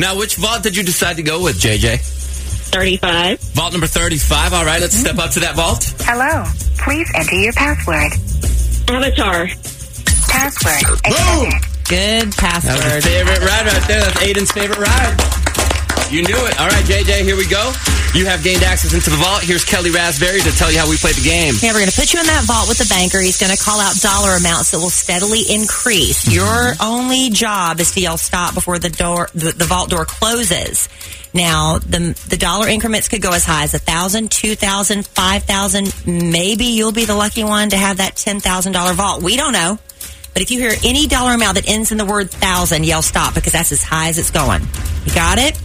[SPEAKER 4] Now, which vault did you decide to go with, JJ?
[SPEAKER 12] 35.
[SPEAKER 4] Vault number 35. All right, let's
[SPEAKER 12] Mm-hmm.
[SPEAKER 4] step up to that vault.
[SPEAKER 17] Hello. Please enter your password.
[SPEAKER 12] Avatar.
[SPEAKER 17] Password.
[SPEAKER 4] Boom!
[SPEAKER 6] Good
[SPEAKER 4] That
[SPEAKER 6] password.
[SPEAKER 4] was your favorite ride right there. That's Aiden's favorite ride. You knew it. All right, JJ, here we go. You have gained access into the vault. Here's Kelly Raspberry to tell you how we play the game.
[SPEAKER 6] Yeah, we're going to put you in that vault with the banker. He's going to call out dollar amounts that will steadily increase. Your only job is to yell stop before the door, the, the vault door closes. Now, the the dollar increments could go as high as a thousand, two thousand, five thousand. Maybe you'll be the lucky one to have that ten thousand dollar vault. We don't know, but if you hear any dollar amount that ends in the word thousand, yell stop because that's as high as it's going. You got it?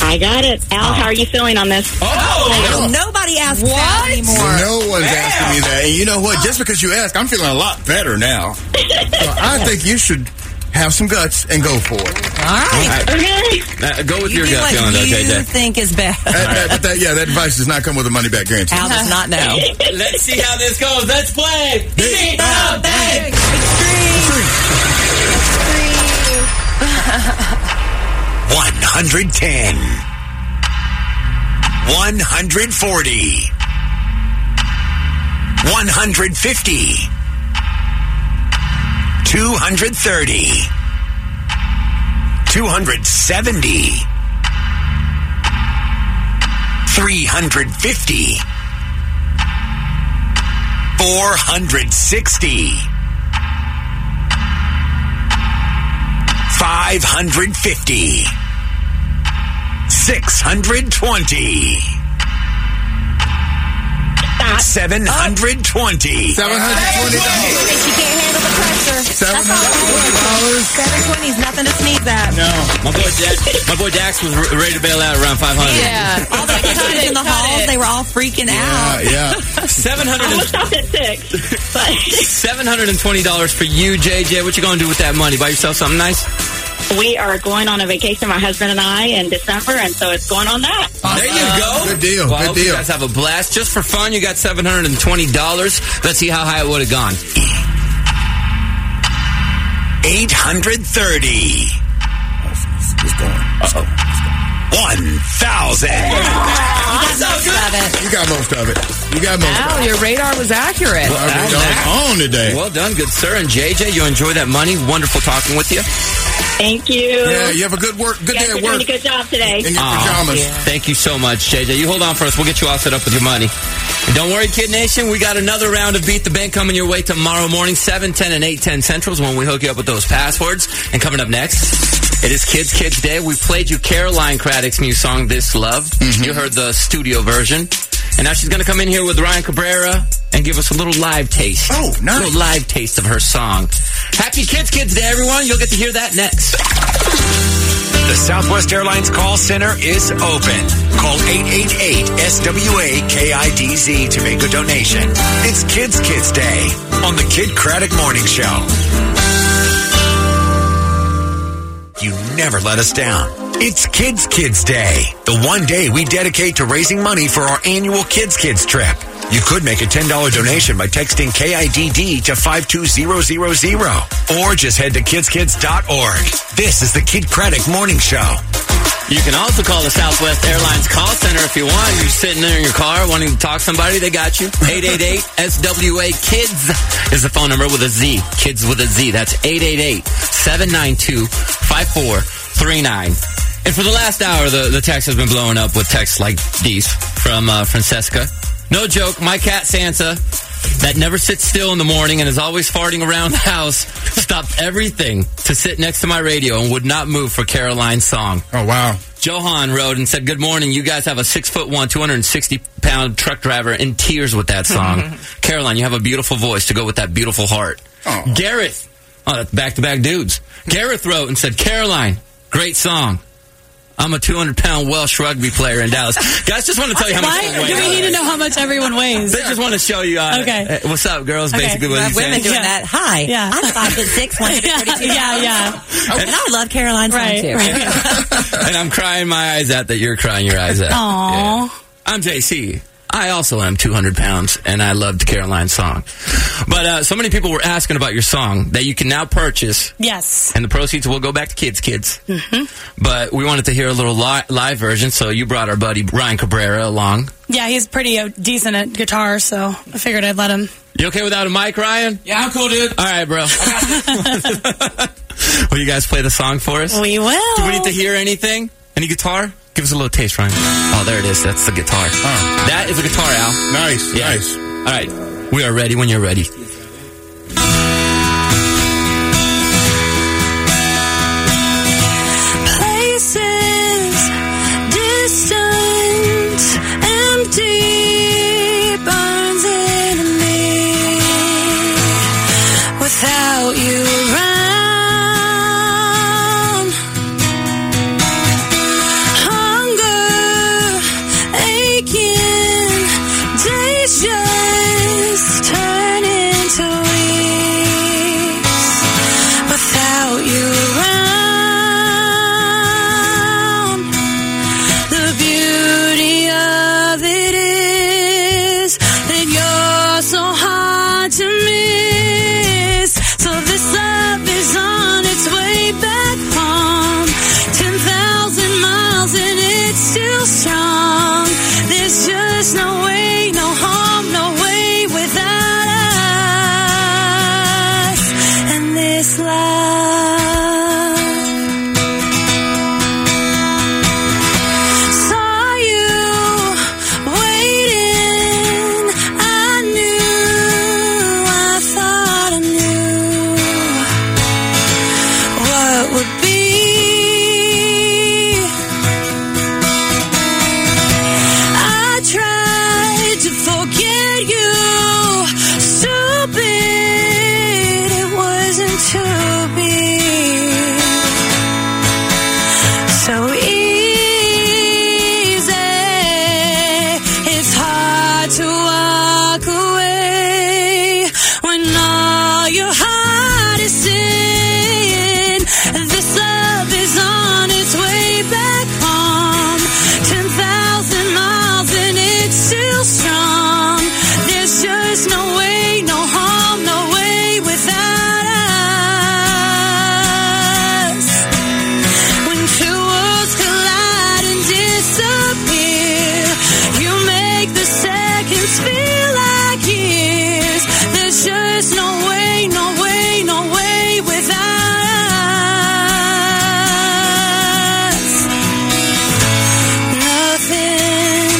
[SPEAKER 12] I got it. Al, how are you feeling on this?
[SPEAKER 6] Oh, nobody asks that anymore.
[SPEAKER 7] No one's asking me that. And you know what? Just because you ask, I'm feeling a lot better now. so I think you should have some guts and go for it.
[SPEAKER 6] All right.
[SPEAKER 4] Uh, go with
[SPEAKER 6] You
[SPEAKER 4] your
[SPEAKER 6] do
[SPEAKER 4] gut
[SPEAKER 6] what
[SPEAKER 4] feeling, though,
[SPEAKER 6] you
[SPEAKER 4] JJ.
[SPEAKER 6] think is best.
[SPEAKER 7] That- that- that- yeah, that advice does not come with a money back guarantee.
[SPEAKER 6] Al does not know.
[SPEAKER 4] Let's see how this goes. Let's play. Beat the bank.
[SPEAKER 17] Extreme.
[SPEAKER 2] 110. 140. 150. 230. 270. 350. 460.
[SPEAKER 6] She can't handle the pressure.
[SPEAKER 2] 550. 620. 720. 720.
[SPEAKER 6] That's all right. Seven twenty is nothing to sneeze at.
[SPEAKER 4] My boy, Dax, my boy Dax was re- ready to bail out around 500.
[SPEAKER 6] Yeah. All the kids in the halls, they were all freaking out. Ah,
[SPEAKER 4] yeah. 700
[SPEAKER 12] I almost stopped at six. But
[SPEAKER 4] $720 for you, JJ. What you going to do with that money? Buy yourself something nice?
[SPEAKER 12] we are going on a vacation, my husband and I, in December, and so it's going on that.
[SPEAKER 4] There you go. Good deal. Well, I hope you guys have a blast. Just for fun, you got seven hundred and twenty dollars. Let's see how high it would have gone.
[SPEAKER 2] 830. Uh-oh. 1,000.
[SPEAKER 7] You got most of it. You got most of
[SPEAKER 5] Wow,
[SPEAKER 7] it.
[SPEAKER 5] your radar was accurate.
[SPEAKER 7] Well, I was on today.
[SPEAKER 4] Well done, good sir. And JJ, you enjoy that money. Wonderful talking with you.
[SPEAKER 12] Thank you.
[SPEAKER 7] Yeah, you have a good work. Good
[SPEAKER 12] You guys
[SPEAKER 7] day
[SPEAKER 12] are
[SPEAKER 7] at
[SPEAKER 12] doing
[SPEAKER 7] work.
[SPEAKER 12] a good job today.
[SPEAKER 4] Aw, Thank you so much, JJ. You hold on for us. We'll get you all set up with your money. And don't worry, Kid Nation. We got another round of Beat the Bank coming your way tomorrow morning, 7, 10, and 8, 10 centrals when we hook you up with those passwords. And coming up next, it is Kids Kids Mm-hmm. Day. We played you Caroline Craddock's new song, This Love. You heard the studio version. And now she's going to come in here with Ryan Cabrera and give us a little live taste. Oh, nice. A little live taste of her song. Happy Kids Kids Day, everyone. You'll get to hear that next.
[SPEAKER 2] The Southwest Airlines call center is open. Call 888 SWA KIDZ to make a donation. It's Kids Kids Day on the Kid Craddock Morning Show. You never let us down. It's Kids Kids Day, the one day we dedicate to raising money for our annual Kids Kids trip. You could make a $10 donation by texting KIDD to 52000 or just head to kidskids.org. This is the Kid Craddock Morning Show.
[SPEAKER 4] You can also call the Southwest Airlines call center if you want. You're sitting there in your car wanting to talk to somebody, they got you. 888 SWA Kids is the phone number with a Z. Kids with a Z. That's 888 792 5439. And for the last hour, the, the text has been blowing up with texts like these from uh, Francesca. No joke, my cat Sansa, that never sits still in the morning and is always farting around the house, stopped everything to sit next to my radio and would not move for Caroline's song.
[SPEAKER 7] Oh, wow.
[SPEAKER 4] Johan wrote and said, Good morning. You guys have a six foot one, 260 pound truck driver in tears with that song. Caroline, you have a beautiful voice to go with that beautiful heart. Gareth, oh, that's back to back dudes. Gareth wrote and said, Caroline, great song. I'm a 200 pound Welsh rugby player in Dallas. Guys, just want to tell you how much.
[SPEAKER 19] Why do we need to know how much everyone weighs?
[SPEAKER 4] They just want to show you. Uh,
[SPEAKER 19] Okay.
[SPEAKER 4] uh, What's up, girls?
[SPEAKER 19] Okay.
[SPEAKER 4] Basically, what he's
[SPEAKER 6] women
[SPEAKER 4] saying.
[SPEAKER 6] doing that. Hi,
[SPEAKER 19] Yeah.
[SPEAKER 6] I'm five foot six, one hundred thirty-two. Oh,
[SPEAKER 19] Yeah, yeah.
[SPEAKER 6] and I love Caroline's
[SPEAKER 19] Right,
[SPEAKER 6] song too.
[SPEAKER 4] and I'm crying my eyes out that you're crying your eyes out.
[SPEAKER 19] Aw.
[SPEAKER 4] I'm JC. I also am 200 pounds, and I loved Caroline's song. But uh, so many people were asking about your song that you can now purchase,
[SPEAKER 19] Yes.
[SPEAKER 4] and the proceeds will go back to kids, kids. Mm-hmm. But we wanted to hear a little li- live version, so you brought our buddy Ryan Cabrera along.
[SPEAKER 19] Yeah, he's pretty uh, decent at guitar, so I figured I'd let him.
[SPEAKER 4] You okay without a mic, Ryan? Yeah, I'm cool, dude. All right, bro. will you guys play the song for us?
[SPEAKER 19] We will.
[SPEAKER 4] Do we need to hear anything? Any guitar? Give us a little taste, Ryan. Oh, there it is. That's the guitar. That is a guitar, Al.
[SPEAKER 7] Nice,
[SPEAKER 4] nice. All right. We are ready when you're ready.
[SPEAKER 17] places distant, empty burns in me. Without you around, hunger aching, days just turn into weeks. Without you around, the beauty of it is that you're so hard to miss. So this love is on its way back home, ten thousand miles and it's still strong. There's just no way, no home, no way without us and this love. Saw you waiting. I knew. I thought I knew what would be. I tried to forget you. Stupid, it wasn't to be so easy. It's hard to walk away when all your heart is in. This love is on its way back home. Ten thousand miles and it's still strong. There's just no way, no harm, no way without us. When two worlds collide and disappear, you make the seconds feel like years. There's just no way, no way, no way without us. Nothing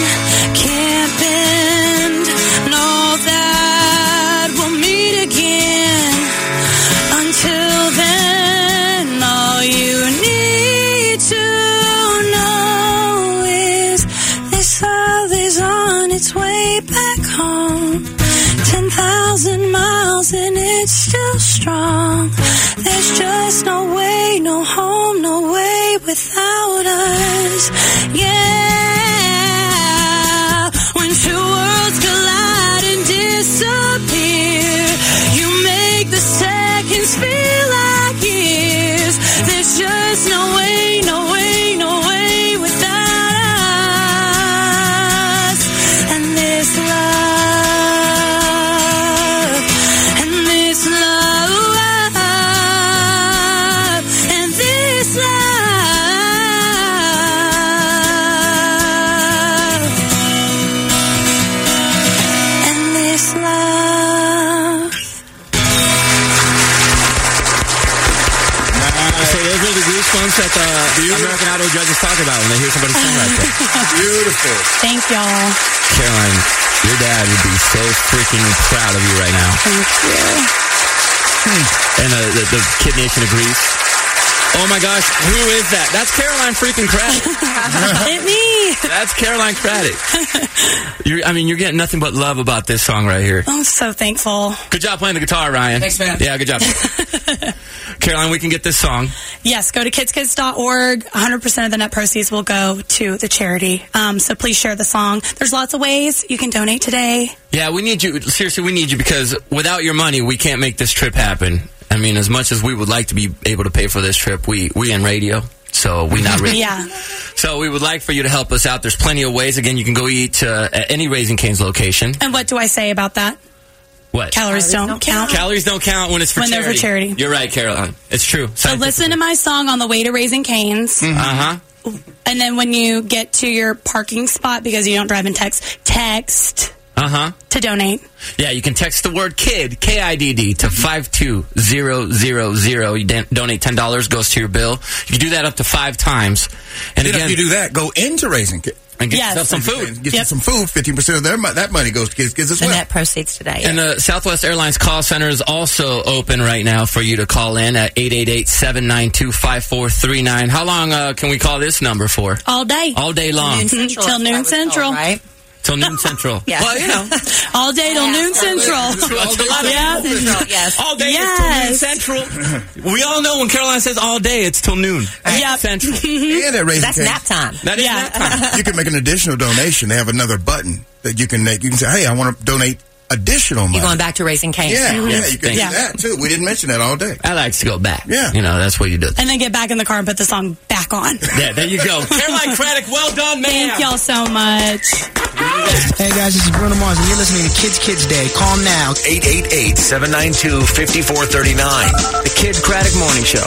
[SPEAKER 17] can bend. Know that we'll meet again. Until then, all you need to know is this love is on its way thousand miles and it's still strong. There's just no way, no home, no way without us. Yeah. When two worlds collide and disappear, you make the seconds feel like years. There's just no way, no way, no way without us. And this love, and this love, and this love, and this love.
[SPEAKER 4] So those were the goosebumps that the American Idol judges talk about when they hear somebody sing like that.
[SPEAKER 7] Beautiful.
[SPEAKER 19] Thank y'all.
[SPEAKER 4] Caroline, your dad would be so freaking proud of you right now.
[SPEAKER 19] Thank you.
[SPEAKER 4] And uh, the, the Kid Nation agrees. Oh my gosh, who is that? That's Caroline freaking Craddock.
[SPEAKER 17] Hit me.
[SPEAKER 4] That's Caroline Craddock. You're, I mean, you're getting nothing but love about this song right here.
[SPEAKER 19] I'm so thankful.
[SPEAKER 4] Good job playing the guitar, Ryan.
[SPEAKER 19] Thanks, man.
[SPEAKER 4] Yeah, good job. Caroline, we can get this song.
[SPEAKER 19] Yes, go to kidskids.org. 100% of the net proceeds will go to the charity. Um, so please share the song. There's lots of ways you can donate today.
[SPEAKER 4] Yeah, we need you. Seriously, we need you because without your money, we can't make this trip happen. I mean, as much as we would like to be able to pay for this trip, we we in radio, so we not rich.
[SPEAKER 19] Yeah.
[SPEAKER 4] So we would like for you to help us out. There's plenty of ways. Again, you can go eat uh, at any Raising Cane's location.
[SPEAKER 19] And what do I say about that?
[SPEAKER 4] What
[SPEAKER 19] Calories don't count.
[SPEAKER 4] Calories don't count when it's for
[SPEAKER 19] When they're
[SPEAKER 4] charity.
[SPEAKER 19] for charity.
[SPEAKER 4] You're right, Caroline. It's true.
[SPEAKER 19] So listen to my song on the way to Raising Canes.
[SPEAKER 4] Uh huh.
[SPEAKER 19] And then when you get to your parking spot because you don't drive and text, text
[SPEAKER 4] Uh huh.
[SPEAKER 19] to donate.
[SPEAKER 4] Yeah, you can text the word KID, K I D D, to 52000. You don- donate $10, goes to your bill. You do that up to five times. And
[SPEAKER 7] Then
[SPEAKER 4] again,
[SPEAKER 7] if you do that, go into raising kids
[SPEAKER 4] And get Yes. yourself some food.
[SPEAKER 7] Get you some food. Fifteen percent of their mo- that money goes to kids. Kids as well.
[SPEAKER 6] Net proceeds today.
[SPEAKER 4] And the Southwest Airlines call center is also open right now for you to call in at 888-792-5439. How long uh, can we call this number for?
[SPEAKER 19] All day.
[SPEAKER 4] All day long. Noon
[SPEAKER 19] Central. Mm-hmm. Till noon Central. right?
[SPEAKER 4] Till noon central.
[SPEAKER 19] Yeah. Well, you know. All day till noon Central. Yeah.
[SPEAKER 6] yes.
[SPEAKER 4] All day
[SPEAKER 19] Yes.
[SPEAKER 4] is till noon central. We all know when Caroline says all day, it's till noon.
[SPEAKER 19] Yeah.
[SPEAKER 4] Central.
[SPEAKER 7] And at Raising Cane's-
[SPEAKER 4] That is nap time.
[SPEAKER 7] you can make an additional donation. They have another button that you can make. You can say, "Hey, I want to donate additional money."
[SPEAKER 6] You're going back to raising canes.
[SPEAKER 7] Yeah,
[SPEAKER 6] Mhm.
[SPEAKER 7] yeah, you can
[SPEAKER 6] Yeah.
[SPEAKER 7] do that too. We didn't mention that all day.
[SPEAKER 4] I like to go back.
[SPEAKER 7] Yeah,
[SPEAKER 4] You know, that's what you do.
[SPEAKER 19] And then get back in the car and put the song back on.
[SPEAKER 4] Yeah, there you go. Caroline Craddock, well done, man.
[SPEAKER 19] Thank y'all so much.
[SPEAKER 21] Hey guys, this is Bruno Mars, and you're listening to Kids Kids Day. Call now.
[SPEAKER 22] 888-792-5439. The Kid Craddock Morning Show.